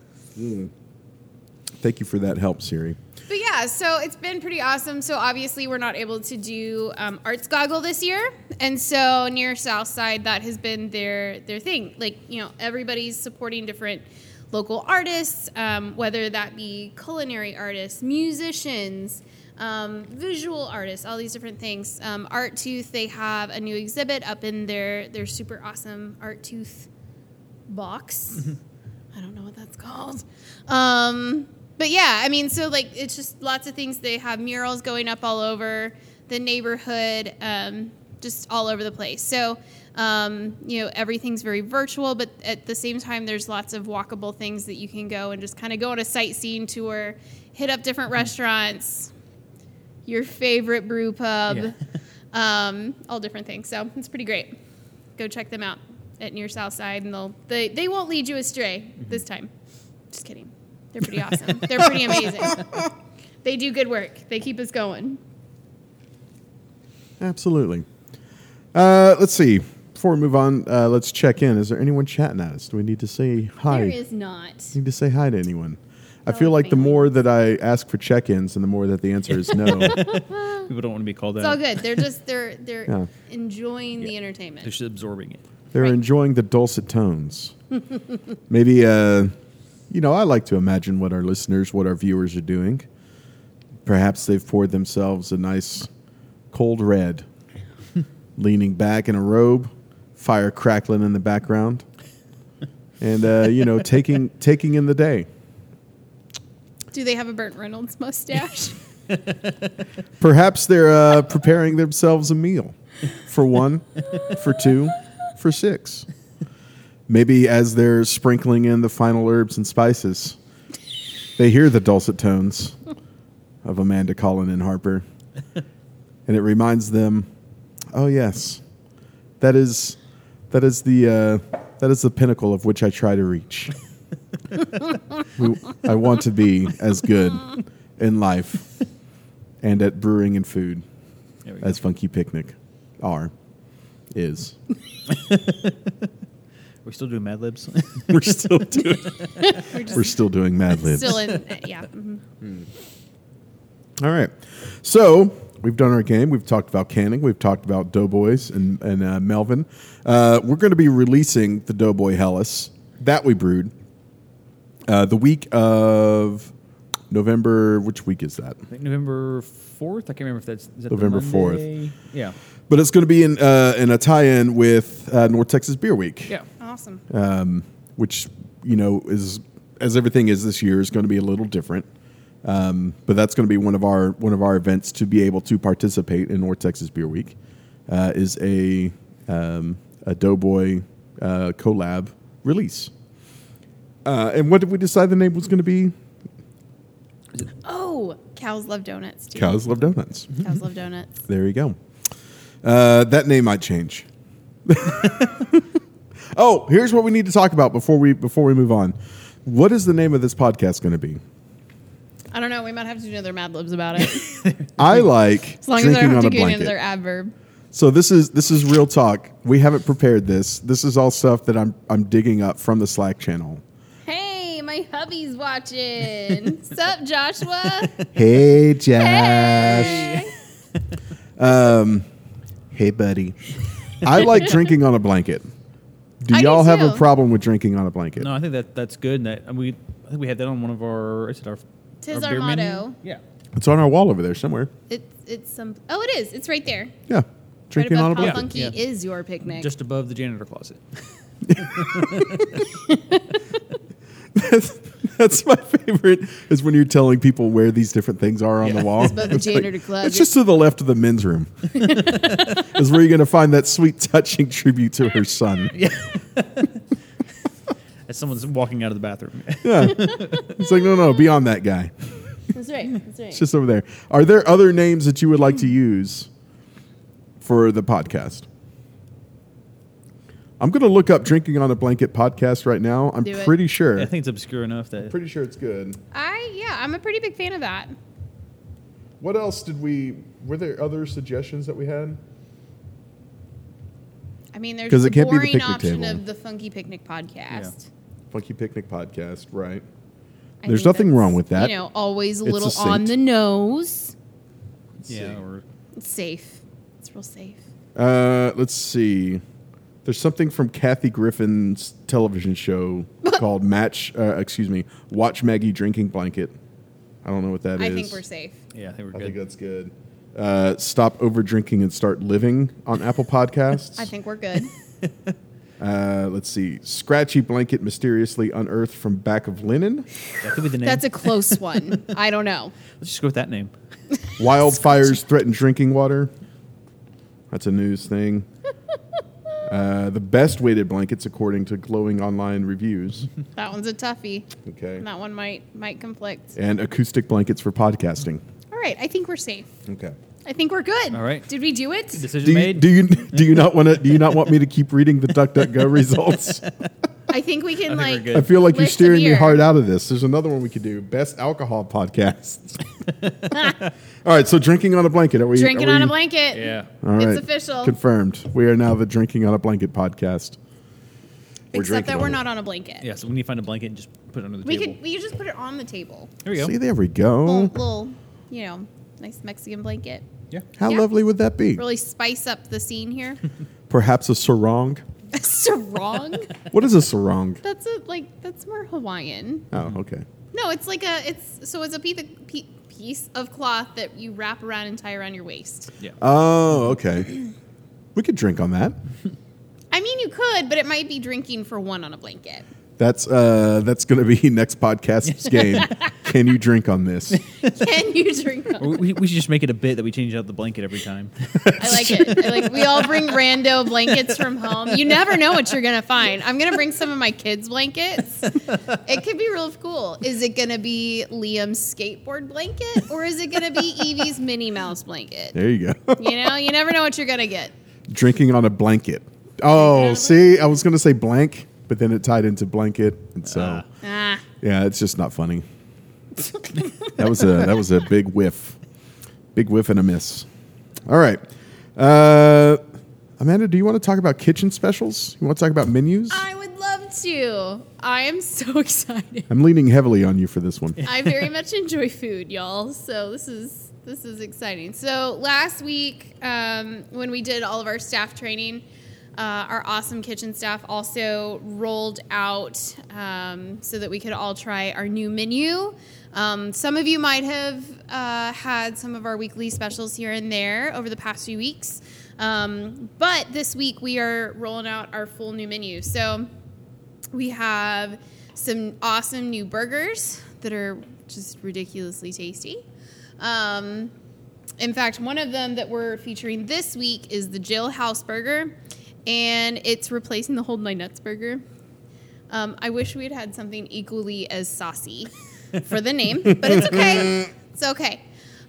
Thank you for that help, Siri. But yeah, so it's been pretty awesome. So obviously, we're not able to do um, Arts Goggle this year, and so near South Side, that has been their their thing. Like you know, everybody's supporting different local artists, um, whether that be culinary artists, musicians, um, visual artists, all these different things. Um, Art Tooth, they have a new exhibit up in their their super awesome Art Tooth box. I don't know what that's called. Um, but yeah, I mean, so like it's just lots of things. They have murals going up all over the neighborhood, um, just all over the place. So um, you know everything's very virtual, but at the same time, there's lots of walkable things that you can go and just kind of go on a sightseeing tour, hit up different restaurants, your favorite brew pub, Yeah. um, all different things. So it's pretty great. Go check them out at Near South Side, and they'll they, they won't lead you astray this time. Just kidding. They're pretty awesome. They're pretty amazing. They do good work. They keep us going. Absolutely. Uh, let's see. Before we move on, uh, let's check in. Is there anyone chatting at us? Do we need to say hi? There is Oh, not. Need to say hi to anyone? I No, feel like the family. more that I ask for check-ins, and the more that the answer is no. People don't want to be called It's all out. good. They're just they're they're Yeah. enjoying the Yeah. They're entertainment. just absorbing it. They're Right. enjoying the dulcet tones. Maybe, uh, you know, I like to imagine what our listeners, what our viewers are doing. Perhaps they've poured themselves a nice cold red, leaning back in a robe, fire crackling in the background, and uh, you know taking taking in the day. Do they have a Burt Reynolds mustache? Perhaps they're uh, preparing themselves a meal for one, for two, for six. Maybe as they're sprinkling in the final herbs and spices, they hear the dulcet tones of Amanda Collin and Harper. And it reminds them, oh yes, that is that is the uh, that is the pinnacle of which I try to reach. We- I want to be as good in life and at brewing and food There we go. as Funky Picnic are is. We're still doing Mad Libs. We're still doing We're just we're still doing Mad Libs. still in, yeah. mhm. All right, so we've done our game. We've talked about canning. We've talked about Doughboys and and uh, Melvin. Uh, we're going to be releasing the Doughboy Hellas that we brewed uh, the week of November. Which week is that? I think November 4th. I can't remember if that's is that the November 4th. Monday? Yeah. But it's going to be in uh, in a tie-in with uh, North Texas Beer Week. Yeah. Awesome. um, which you know is as everything is this year is going to be a little different. Um, but that's going to be one of our one of our events to be able to participate in North Texas Beer Week uh, is a um, a Doughboy uh, collab release. Uh, and what did we decide the name was going to be? Oh, cows love donuts. Dude. Cows Love Donuts. Cows love donuts. There you go. Uh, that name might change. oh, here's what we need to talk about before we before we move on. What is the name of this podcast going to be? I don't know. We might have to do another Mad Libs about it. I like As long as I drinking don't have on to a get blanket. another adverb. So this is this is real talk. We haven't prepared this. This is all stuff that I'm I'm digging up from the Slack channel. Hey, my hubby's watching. Sup, Joshua? Hey Josh. Hey. Um, hey buddy. I like drinking on a blanket. Do I do y'all have a too. problem with drinking on a blanket? No, I think that that's good. And that and we I think we had that on one of our is it our Tis our beer menu? motto. Yeah. It's on our wall over there somewhere. It, it's some. Oh, it is. It's right there. Yeah. Drinking right on a above how blanket. funky Yeah. is your picnic? Just above the janitor closet. That's, that's my favorite. Is when you're telling people where these different things are on the wall. It's above the janitor club. It's just to the left of the men's room. is where you're going to find that sweet, touching tribute to her son. Yeah. As someone's walking out of the bathroom. It's like no, no, beyond that guy. that's right. That's right. It's just over there. Are there other names that you would like to use for the podcast? I'm going to look up "Drinking on a Blanket" podcast right now. I'm Do it. pretty sure. I think it's obscure enough that pretty sure it's good. I yeah, I'm a pretty big fan of that. What else did we? Were there other suggestions that we had? I mean, there's 'Cause the it can't be the boring picnic option table. of the Funky Picnic podcast. Funky Picnic Podcast, right? I There's think nothing that's, wrong with that. You know, always a It's little succinct. on the nose. yeah, or It's safe. It's real safe. Uh, let's see. There's something from Kathy Griffin's television show called Match. Uh, excuse me, Watch Maggie Drinking Blanket. I don't know what that is. I think we're safe. yeah, I think we're I good. think that's good. Uh, stop over drinking and start living on Apple Podcasts. I think we're good. Uh, let's see. Scratchy blanket mysteriously unearthed from back of linen. that could be the name. That's a close one. I don't know. Let's just go with that name. Wildfires threaten drinking water. That's a news thing. Uh, the best weighted blankets, according to glowing online reviews. That one's a toughie. Okay. And that one might might conflict. And acoustic blankets for podcasting. All right, I think we're safe. Okay. I think we're good. All right. Did we do it? Decision Do you, made. do you do you not want to do you not want me to keep reading the DuckDuckGo results? I think we can I think we're like good. I feel like you're Listen steering me here. hard out of this. There's another one we could do: best alcohol podcasts. All right, so drinking on a blanket. Are we drink it are on a we- blanket. yeah. All right, It's official. Confirmed. We are now the drinking on a blanket podcast. We're Except drinking that on we're it. not on a blanket. Yeah, so we need to find a blanket and just put it under the We table. could we could just put it on the table. There we go. See, there we Little, go. little, you know, nice Mexican blanket. Yeah. How yeah. lovely would that be? Really spice up the scene here. Perhaps a sarong. sarong? What is a sarong? That's a like that's more Hawaiian. Oh, okay. No, it's like a it's so it's a piece of, pe- piece of cloth that you wrap around and tie around your waist. Yeah. Oh, okay. We could drink on that. I mean, you could, but it might be drinking for one on a blanket. That's uh, that's going to be next podcast's game. Can you drink on this? Can you drink? Or we, we should just make it a bit that we change out the blanket every time. I like it. I like we all bring rando blankets from home. You never know what you're gonna find. I'm gonna bring some of my kids' blankets. It could be real cool. Is it gonna be Liam's skateboard blanket or is it gonna be Evie's Minnie Mouse blanket? There you go. You know, you never know what you're gonna get. Drinking on a blanket. Oh, see, I was going to say blank, but then it tied into blanket, and so Ah, yeah, it's just not funny. that was a that was a big whiff, big whiff and a miss. All right, uh, Amanda, do you want to talk about kitchen specials? You want to talk about menus? I would love to. I am so excited. I'm leaning heavily on you for this one. I very much enjoy food, y'all. So this is this is exciting. So last week, um, when we did all of our staff training, uh, our awesome kitchen staff also rolled out um, so that we could all try our new menu. Um, some of you might have uh, had some of our weekly specials here and there over the past few weeks, um, but this week we are rolling out our full new menu. So we have some awesome new burgers that are just ridiculously tasty. Um, in fact, one of them that we're featuring this week is the Jailhouse Burger, and it's replacing the Hold My Nuts Burger. Um, I wish we had had something equally as saucy for the name, but it's okay. It's okay.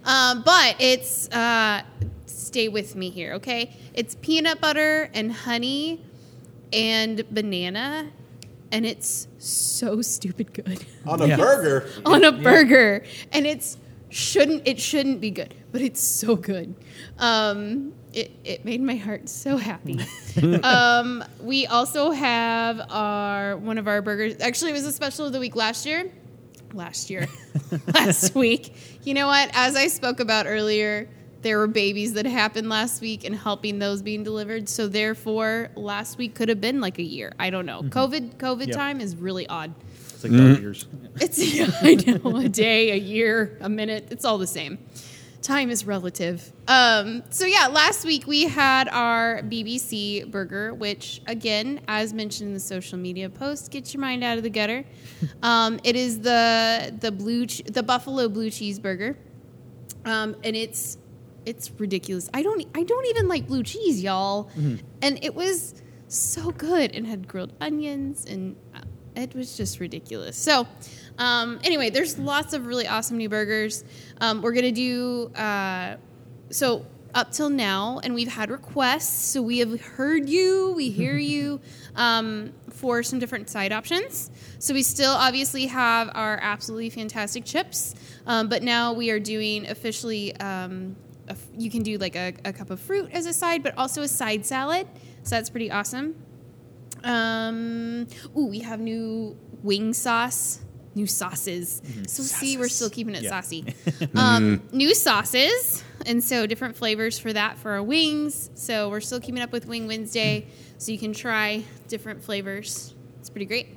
Um, but it's, uh, stay with me here, okay? It's peanut butter and honey and banana, and it's so stupid good On a Yeah. burger, on a burger, and it's shouldn't it shouldn't be good, but it's so good. Um, it it made my heart so happy. um, we also have our one of our burgers. Actually, it was a special of the week last year. Last year, last week. You know what? As I spoke about earlier. There were babies that happened last week and helping those being delivered. So therefore, last week could have been like a year. I don't know. COVID COVID Mm-hmm. Yep. time is really odd. It's like dog ears. It's yeah, I know a day, a year, a minute. It's all the same. Time is relative. Um, so yeah, last week we had our BBC burger, which again, as mentioned in the social media post, get your mind out of the gutter. Um, it is the the blue ch- the buffalo blue cheeseburger, um, and it's it's ridiculous. I don't I don't even like blue cheese, y'all, and it was so good and had grilled onions and uh, it was just ridiculous. So, um, anyway, there's lots of really awesome new burgers. Um, we're gonna do uh, so up till now, and we've had requests. So we have heard you, we hear you um, for some different side options. So we still obviously have our absolutely fantastic chips, um, but now we are doing officially. Um, a f- you can do like a, a cup of fruit as a side, but also a side salad. So that's pretty awesome. Um, ooh, we have new wing sauce, new sauces. So see, we're still keeping it Yeah. saucy. Um, new sauces, and so different flavors for that for our wings. So we're still keeping up with Wing Wednesday, so you can try different flavors. It's pretty great.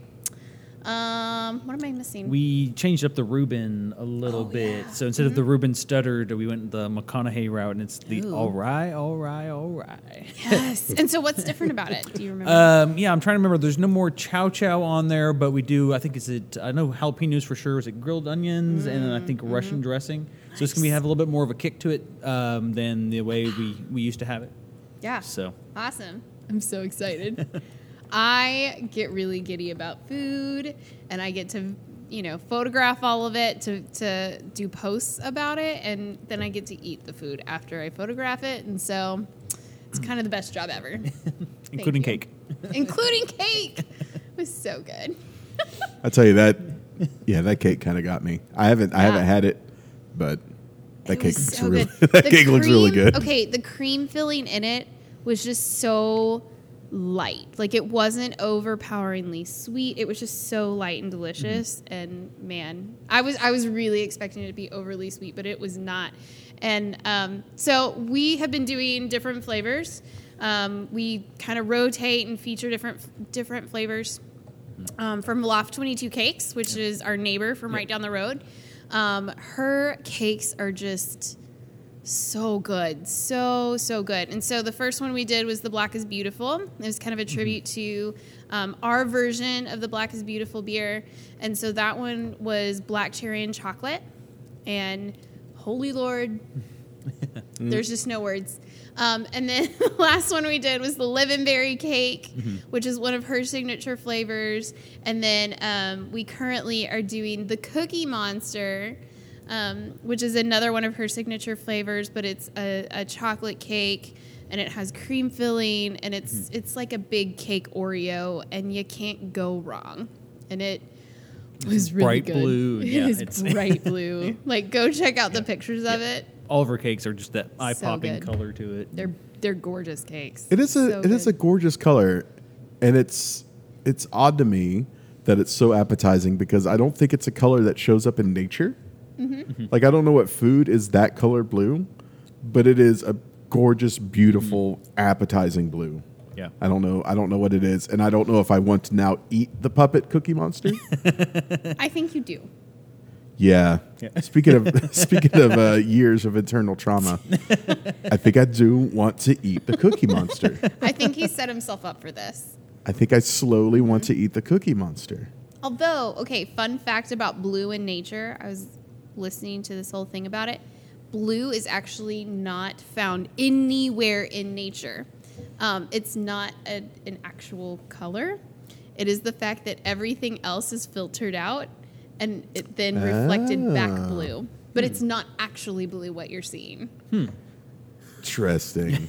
Um, what am I missing? We changed up the Reuben a little bit. So instead of the Reuben stuttered, we went the McConaughey route, and it's the all right, all right, all right. yes. And so, what's different about it? Do you remember? Um, yeah, I'm trying to remember. There's no more chow chow on there, but we do. I think is it. I know jalapenos for sure. Is it grilled onions and then I think Russian dressing. So it's gonna be, have a little bit more of a kick to it um, than the way we we used to have it. yeah. So Awesome. I'm so excited. I get really giddy about food and I get to, you know, photograph all of it to, to do posts about it. And then I get to eat the food after I photograph it. And so it's kind of the best job ever, including you. cake. including cake. It was so good. I tell you that. Yeah, that cake kind of got me. I haven't I haven't Yeah. had it, but that It cake was looks so really good. that The cake looks really cream- good. Okay, the cream filling in it was just so light. Like it wasn't overpoweringly sweet. It was just so light and delicious. Mm-hmm. And man, I was I was really expecting it to be overly sweet, but it was not. And um, so we have been doing different flavors. Um, we kind of rotate and feature different different flavors um, from Loft 22 Cakes, which is our neighbor from right down the road. Um, her cakes are just So good. So, so good. And so the first one we did was The Black is Beautiful. It was kind of a tribute to um, our version of the Black is Beautiful beer. And so that one was black cherry and chocolate. And holy Lord, Mm-hmm. there's just no words. Um, and then the last one we did was the Livin' Berry Cake, Mm-hmm. which is one of her signature flavors. And then um, we currently are doing the Cookie Monster, um, which is another one of her signature flavors, but it's a, a chocolate cake and it has cream filling and it's Mm-hmm. it's like a big cake Oreo and you can't go wrong. And it was really bright good. blue, It yeah, is it's- bright blue. Like go check out the pictures of it. All of her cakes are just that eye popping good. color to it. They're they're gorgeous cakes. It is a So it is a good. gorgeous color, and it's it's odd to me that it's so appetizing because I don't think it's a color that shows up in nature. Mm-hmm. Like I don't know what food is that color blue, but it is a gorgeous, beautiful, appetizing blue. Yeah. I don't know. I don't know what it is, and I don't know if I want to now eat the puppet Cookie Monster. I think you do. yeah. Speaking of speaking of uh, years of internal trauma, I think I do want to eat the Cookie Monster. I think he set himself up for this. I think I slowly want to eat the Cookie Monster. Although, okay, fun fact about blue in nature. I was listening to this whole thing about it. Blue is actually not found anywhere in nature. Um, it's not a, an actual color. It is the fact that everything else is filtered out and it then reflected back Oh. blue. But it's not actually blue what you're seeing. Interesting.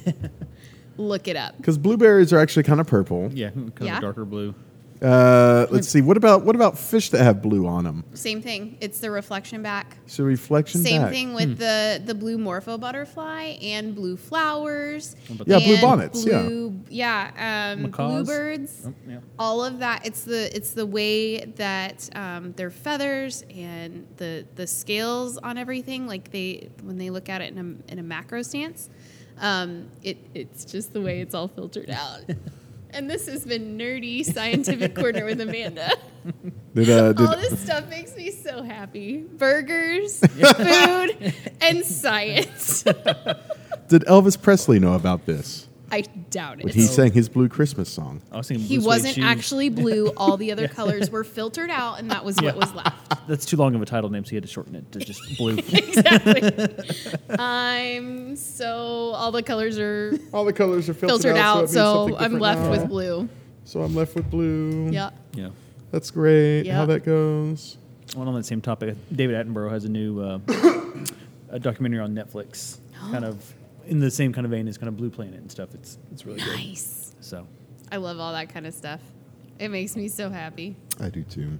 Look it up. Because blueberries are actually kind of purple. yeah, kind Yeah. of darker blue. Uh, let's see. What about what about fish that have blue on them? Same thing. It's the reflection back. So reflection. Same back. thing Hmm. with the the blue morpho butterfly and blue flowers. Yeah, blue and bonnets, yeah. Blue, yeah, um, Oh, Macaws. bluebirds. Oh, yeah. All of that. It's the it's the way that um, their feathers and the the scales on everything. Like they when they look at it in a in a macro stance, um, it it's just the way it's all filtered out. and this has been nerdy scientific corner with Amanda. Did, uh, did, All this stuff makes me so happy. Burgers, food, and science. did Elvis Presley know about this I doubt when it. he sang his Blue Christmas song? I was thinking He blue suede wasn't shoes. actually blue. All the other colors were filtered out, and that was what was left. That's too long of a title name, so he had to shorten it to just blue. Exactly. I'm so all the colors are All the colors are filtered, filtered out, it means something so, I'm different left now. Mm-hmm. with blue. So I'm left with blue. Yeah. yeah. That's great. Yeah. How that goes. Well, on that same topic, David Attenborough has a new uh, a documentary on Netflix, kind of in the same kind of vein as kind of Blue Planet and stuff. It's it's really good. Nice. So I love all that kind of stuff. It makes me so happy. I do too.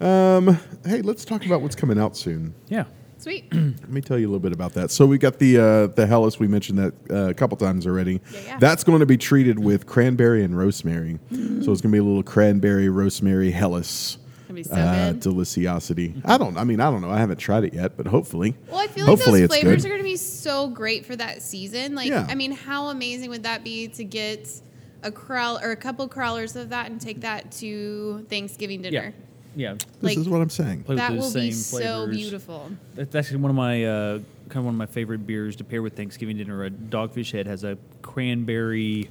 Um, hey, let's talk about what's coming out soon. yeah, Sweet. Let me tell you a little bit about that. So we got the uh, the Hellas we mentioned that uh, a couple times already. Yeah, yeah. That's going to be treated with cranberry and rosemary. so it's going to be a little cranberry rosemary Hellas. Gonna be so Uh, good. deliciosity. I don't. I mean, I don't know. I haven't tried it yet, but hopefully, Well, I feel like hopefully those flavors it's are good. going to be so great for that season. Like, Yeah. I mean, how amazing would that be to get a crawl or a couple crawlers of that and take that to Thanksgiving dinner? yeah, yeah. This like- is what I'm saying. Play with That those will be same so flavors. beautiful. That's actually one of my uh, kind of one of my favorite beers to pair with Thanksgiving dinner. A Dogfish Head has a cranberry.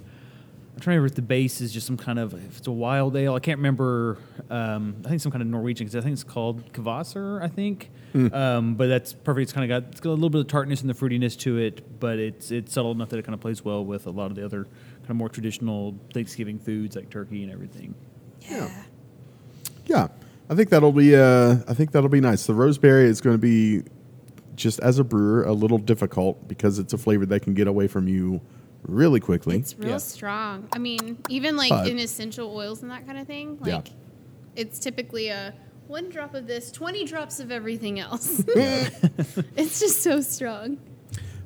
I'm trying to remember if the base is just some kind of if it's a wild ale. I can't remember. Um, I think some kind of Norwegian because I think it's called Kvasser, I think. Um, but that's perfect. It's kind of got it's got a little bit of tartness and the fruitiness to it, but it's it's subtle enough that it kind of plays well with a lot of the other kind of more traditional Thanksgiving foods like turkey and everything. Yeah. Yeah, I think that'll be. Uh, I think that'll be nice. The roseberry is going to be, just as a brewer, a little difficult because it's a flavor that can get away from you really quickly. It's real Yeah. strong. I mean, even like But- in essential oils and that kind of thing, Yeah. like it's typically a one drop of this, 20 drops of everything else. it's just so strong.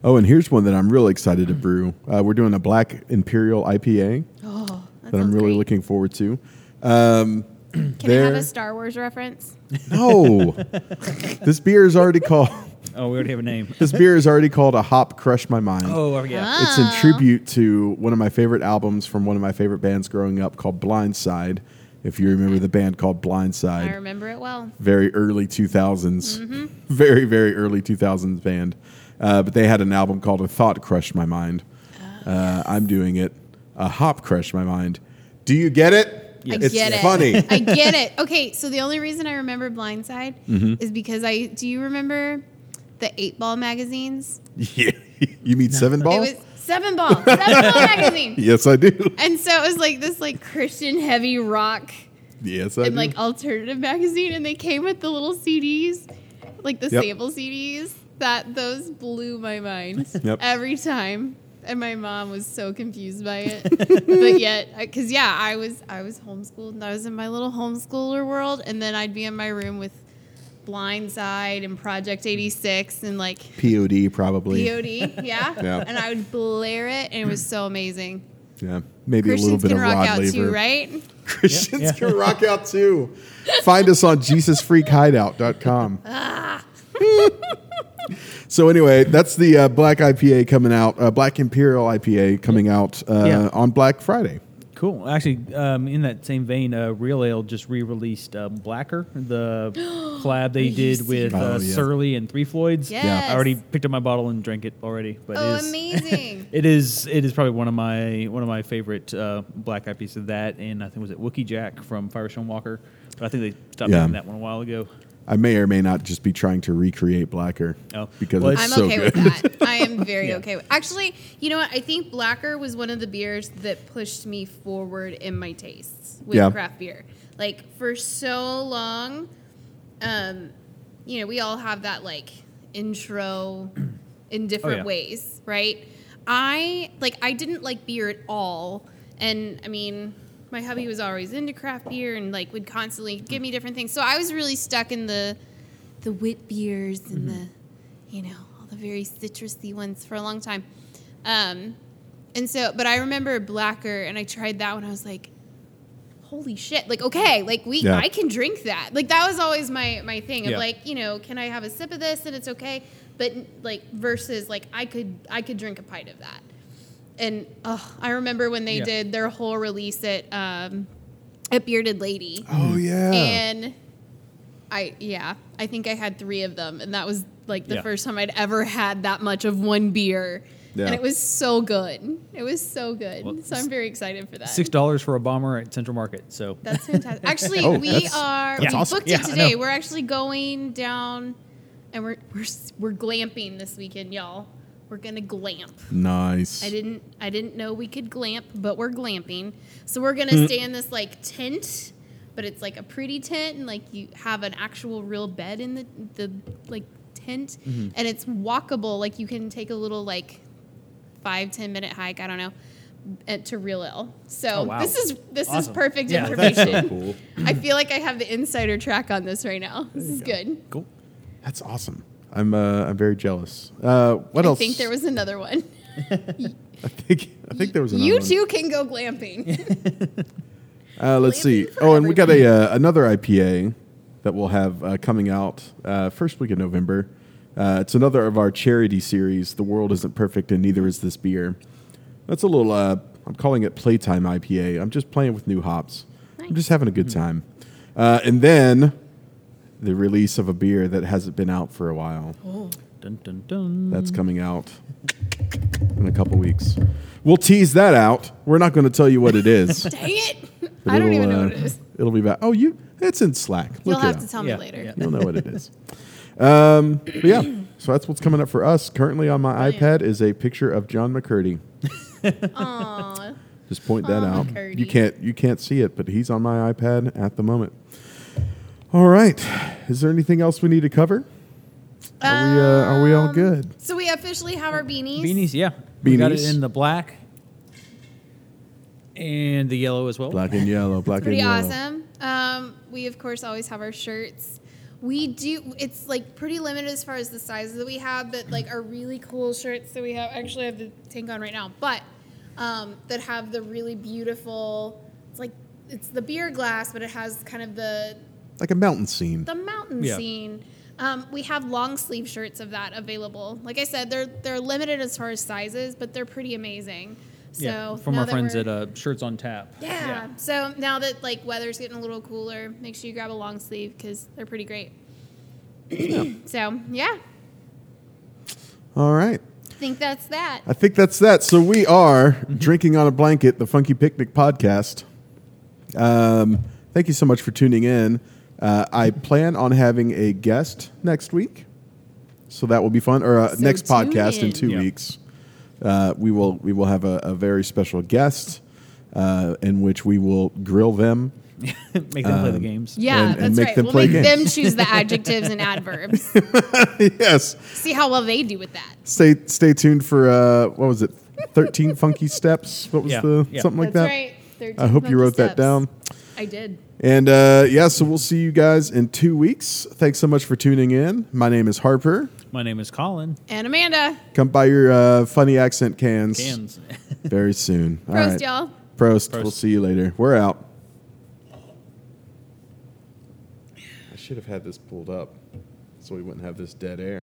Oh, and here's one that I'm really excited to brew. Uh, we're doing a black imperial IPA Oh, that, that I'm sounds really great. looking forward to. Um, Can I have there- a Star Wars reference? no, this beer is already called. Oh, we already have a name. This beer is already called a hop crush my mind. oh yeah. It's in tribute to one of my favorite albums from one of my favorite bands growing up called Blindside. If you remember the band called Blindside, I remember it well. Mm-hmm. very early 2000s, very very early 2000s band. Uh, but they had an album called A Thought Crushed My Mind. Oh, Uh, I'm doing it. A Hop Crushed My Mind. Do you get it? I it's get it. funny. I get it. Okay, so the only reason I remember Blindside Mm-hmm. is because I do you remember the eight ball magazines? yeah. You mean Seven It Ball? was seven ball, seven ball magazine. yes, I do. And so it was like this like Christian heavy rock Yes, I and do. like alternative magazine and they came with the little CDs, like the Yep. sample CDs. That those blew my mind Yep. every time. And my mom was so confused by it. but yet cuz yeah, I was I was homeschooled and I was in my little homeschooler world and then I'd be in my room with Blindside and Project 86 and like POD probably. POD, yeah? Yeah. And I would blare it and it was so amazing. Yeah, maybe a little Christians bit can of rock Rod out Laver. too, right? Christians can rock out too. Find us on JesusFreakHideout.com. Ah. so anyway, that's the uh, Black IPA coming out, uh, Black Imperial IPA coming out uh, Yeah. on Black Friday. Cool. Actually, um, in that same vein, uh, Real Ale just re-released uh, Blacker, the collab they did with that? uh, Oh, yeah. Surly and Three Floyds. Yes. I already picked up my bottle and drank it already. But Oh, it is, amazing. it is it is probably one of my one of my favorite uh, black eye pieces. That and I think was it Wookie Jack from Firestone Walker. But I think they stopped Yeah. making that one a while ago. I may or may not just be trying to recreate Blacker Oh. because Well, it's I'm so okay good. with that. I am very okay with. Actually, you know what? I think Blacker was one of the beers that pushed me forward in my tastes with Yeah. craft beer. Like for so long, um, you know, we all have that like intro Oh, in different yeah. ways, right? I like I didn't like beer at all, and I mean, my hubby was always into craft beer and like would constantly give me different things. So I was really stuck in the the wit beers and Mm-hmm. the you know all the very citrusy ones for a long time um and so but i remember blacker and i tried that one i was like holy shit like okay like we Yeah. i can drink that like that was always my my thing of Yeah. like you know can i have a sip of this and it's okay but like versus like i could i could drink a pint of that and oh, i remember when they Yeah. did their whole release at um at bearded lady Oh yeah, and I yeah, I think I had three of them, and that was like the Yeah. first time I'd ever had that much of one beer, Yeah. and it was so good. It was so good. so I'm very excited for that. Six dollars for a bomber at Central Market. So that's fantastic. Actually, Oh, we that's- are that's we awesome. booked Yeah, it I today. know. We're actually going down, and we're we're s- we're glamping this weekend, y'all. We're gonna glamp. nice. I didn't I didn't know we could glamp, but we're glamping. So we're gonna Mm. stay in this like tent, but it's like a pretty tent and like you have an actual real bed in the the like tent Mm-hmm. and it's walkable, like you can take a little like five, ten minute hike, I don't know. At, to real ill, so Oh, wow. this is this is Awesome. perfect Yeah, that's information. cool. I feel like I have the insider track on this right now. This is good. cool. That's awesome. I'm uh, I'm very jealous. Uh, what I else? think there was another one. I think I think there was another You one. too can go glamping. Uh, let's see. Blaming for Oh, and we got a uh, another IPA that we'll have uh, coming out uh, first week of November. Uh, it's another of our charity series. The world isn't perfect, and neither is this beer. That's a little. Uh, I'm calling it playtime IPA. I'm just playing with new hops. I'm just having a good time. Uh, and then the release of a beer that hasn't been out for a while. Dun dun dun. That's coming out in a couple weeks. We'll tease that out. We're not going to tell you what it is. Dang it! But I don't it'll, even know uh, what it is. It'll be back. Oh, you. It's in Slack. You'll Look it have up. to tell Yeah, me later. yeah. You'll know what it is. Um, but yeah, so that's what's coming up for us. Currently on my iPad is a picture of John McCurdy. Aw. Just point that Aw, out. McCurdy. You can't you can't see it, but he's on my iPad at the moment. All right. Is there anything else we need to cover? Are we uh, are we all Um, good? So we officially have our beanies. Beanies, yeah. We got it Beanies. in the black and the yellow as well. Black and yellow. Black and Pretty yellow. awesome. Um, we of course always have our shirts. We do. It's like pretty limited as far as the sizes that we have, but like our really cool shirts that we have. Actually, I have the tank on right now, but um, that have the really beautiful. It's like it's the beer glass, but it has kind of the Like a mountain scene. the mountain Yeah. scene. Um, we have long sleeve shirts of that available. Like I said, they're they're limited as far as sizes, but they're pretty amazing. So yeah. From now our that friends we're- at uh, Shirts on Tap. yeah. So now that like weather's getting a little cooler, make sure you grab a long sleeve because they're pretty great. so yeah, All right. think that's that. I think that's that. So we are drinking on a blanket, the Funky Picnic podcast. Um, thank you so much for tuning in. Uh, I plan on having a guest next week, so that will be fun. Or uh, So next tune podcast in in. two Yeah. weeks, uh, we will we will have a, a very special guest uh, in which we will grill them. Make them play the games. Yeah, and- and that's make right. them we'll play make them games. choose the adjectives and adverbs. yes, See how well they do with that. stay stay tuned for uh, what was it? Thirteen funky steps. What was Yeah, the yeah. something like that's that? right. 13 I hope you funky wrote that steps. down. I did. And uh, yeah, so we'll see you guys in two weeks. Thanks so much for tuning in. My name is Harper. My name is Colin. And Amanda, Come buy your uh, funny accent cans, Cans. very soon. All Prost, right. y'all. Prost. Prost. We'll see you later. We're out. I should have had this pulled up so we wouldn't have this dead air.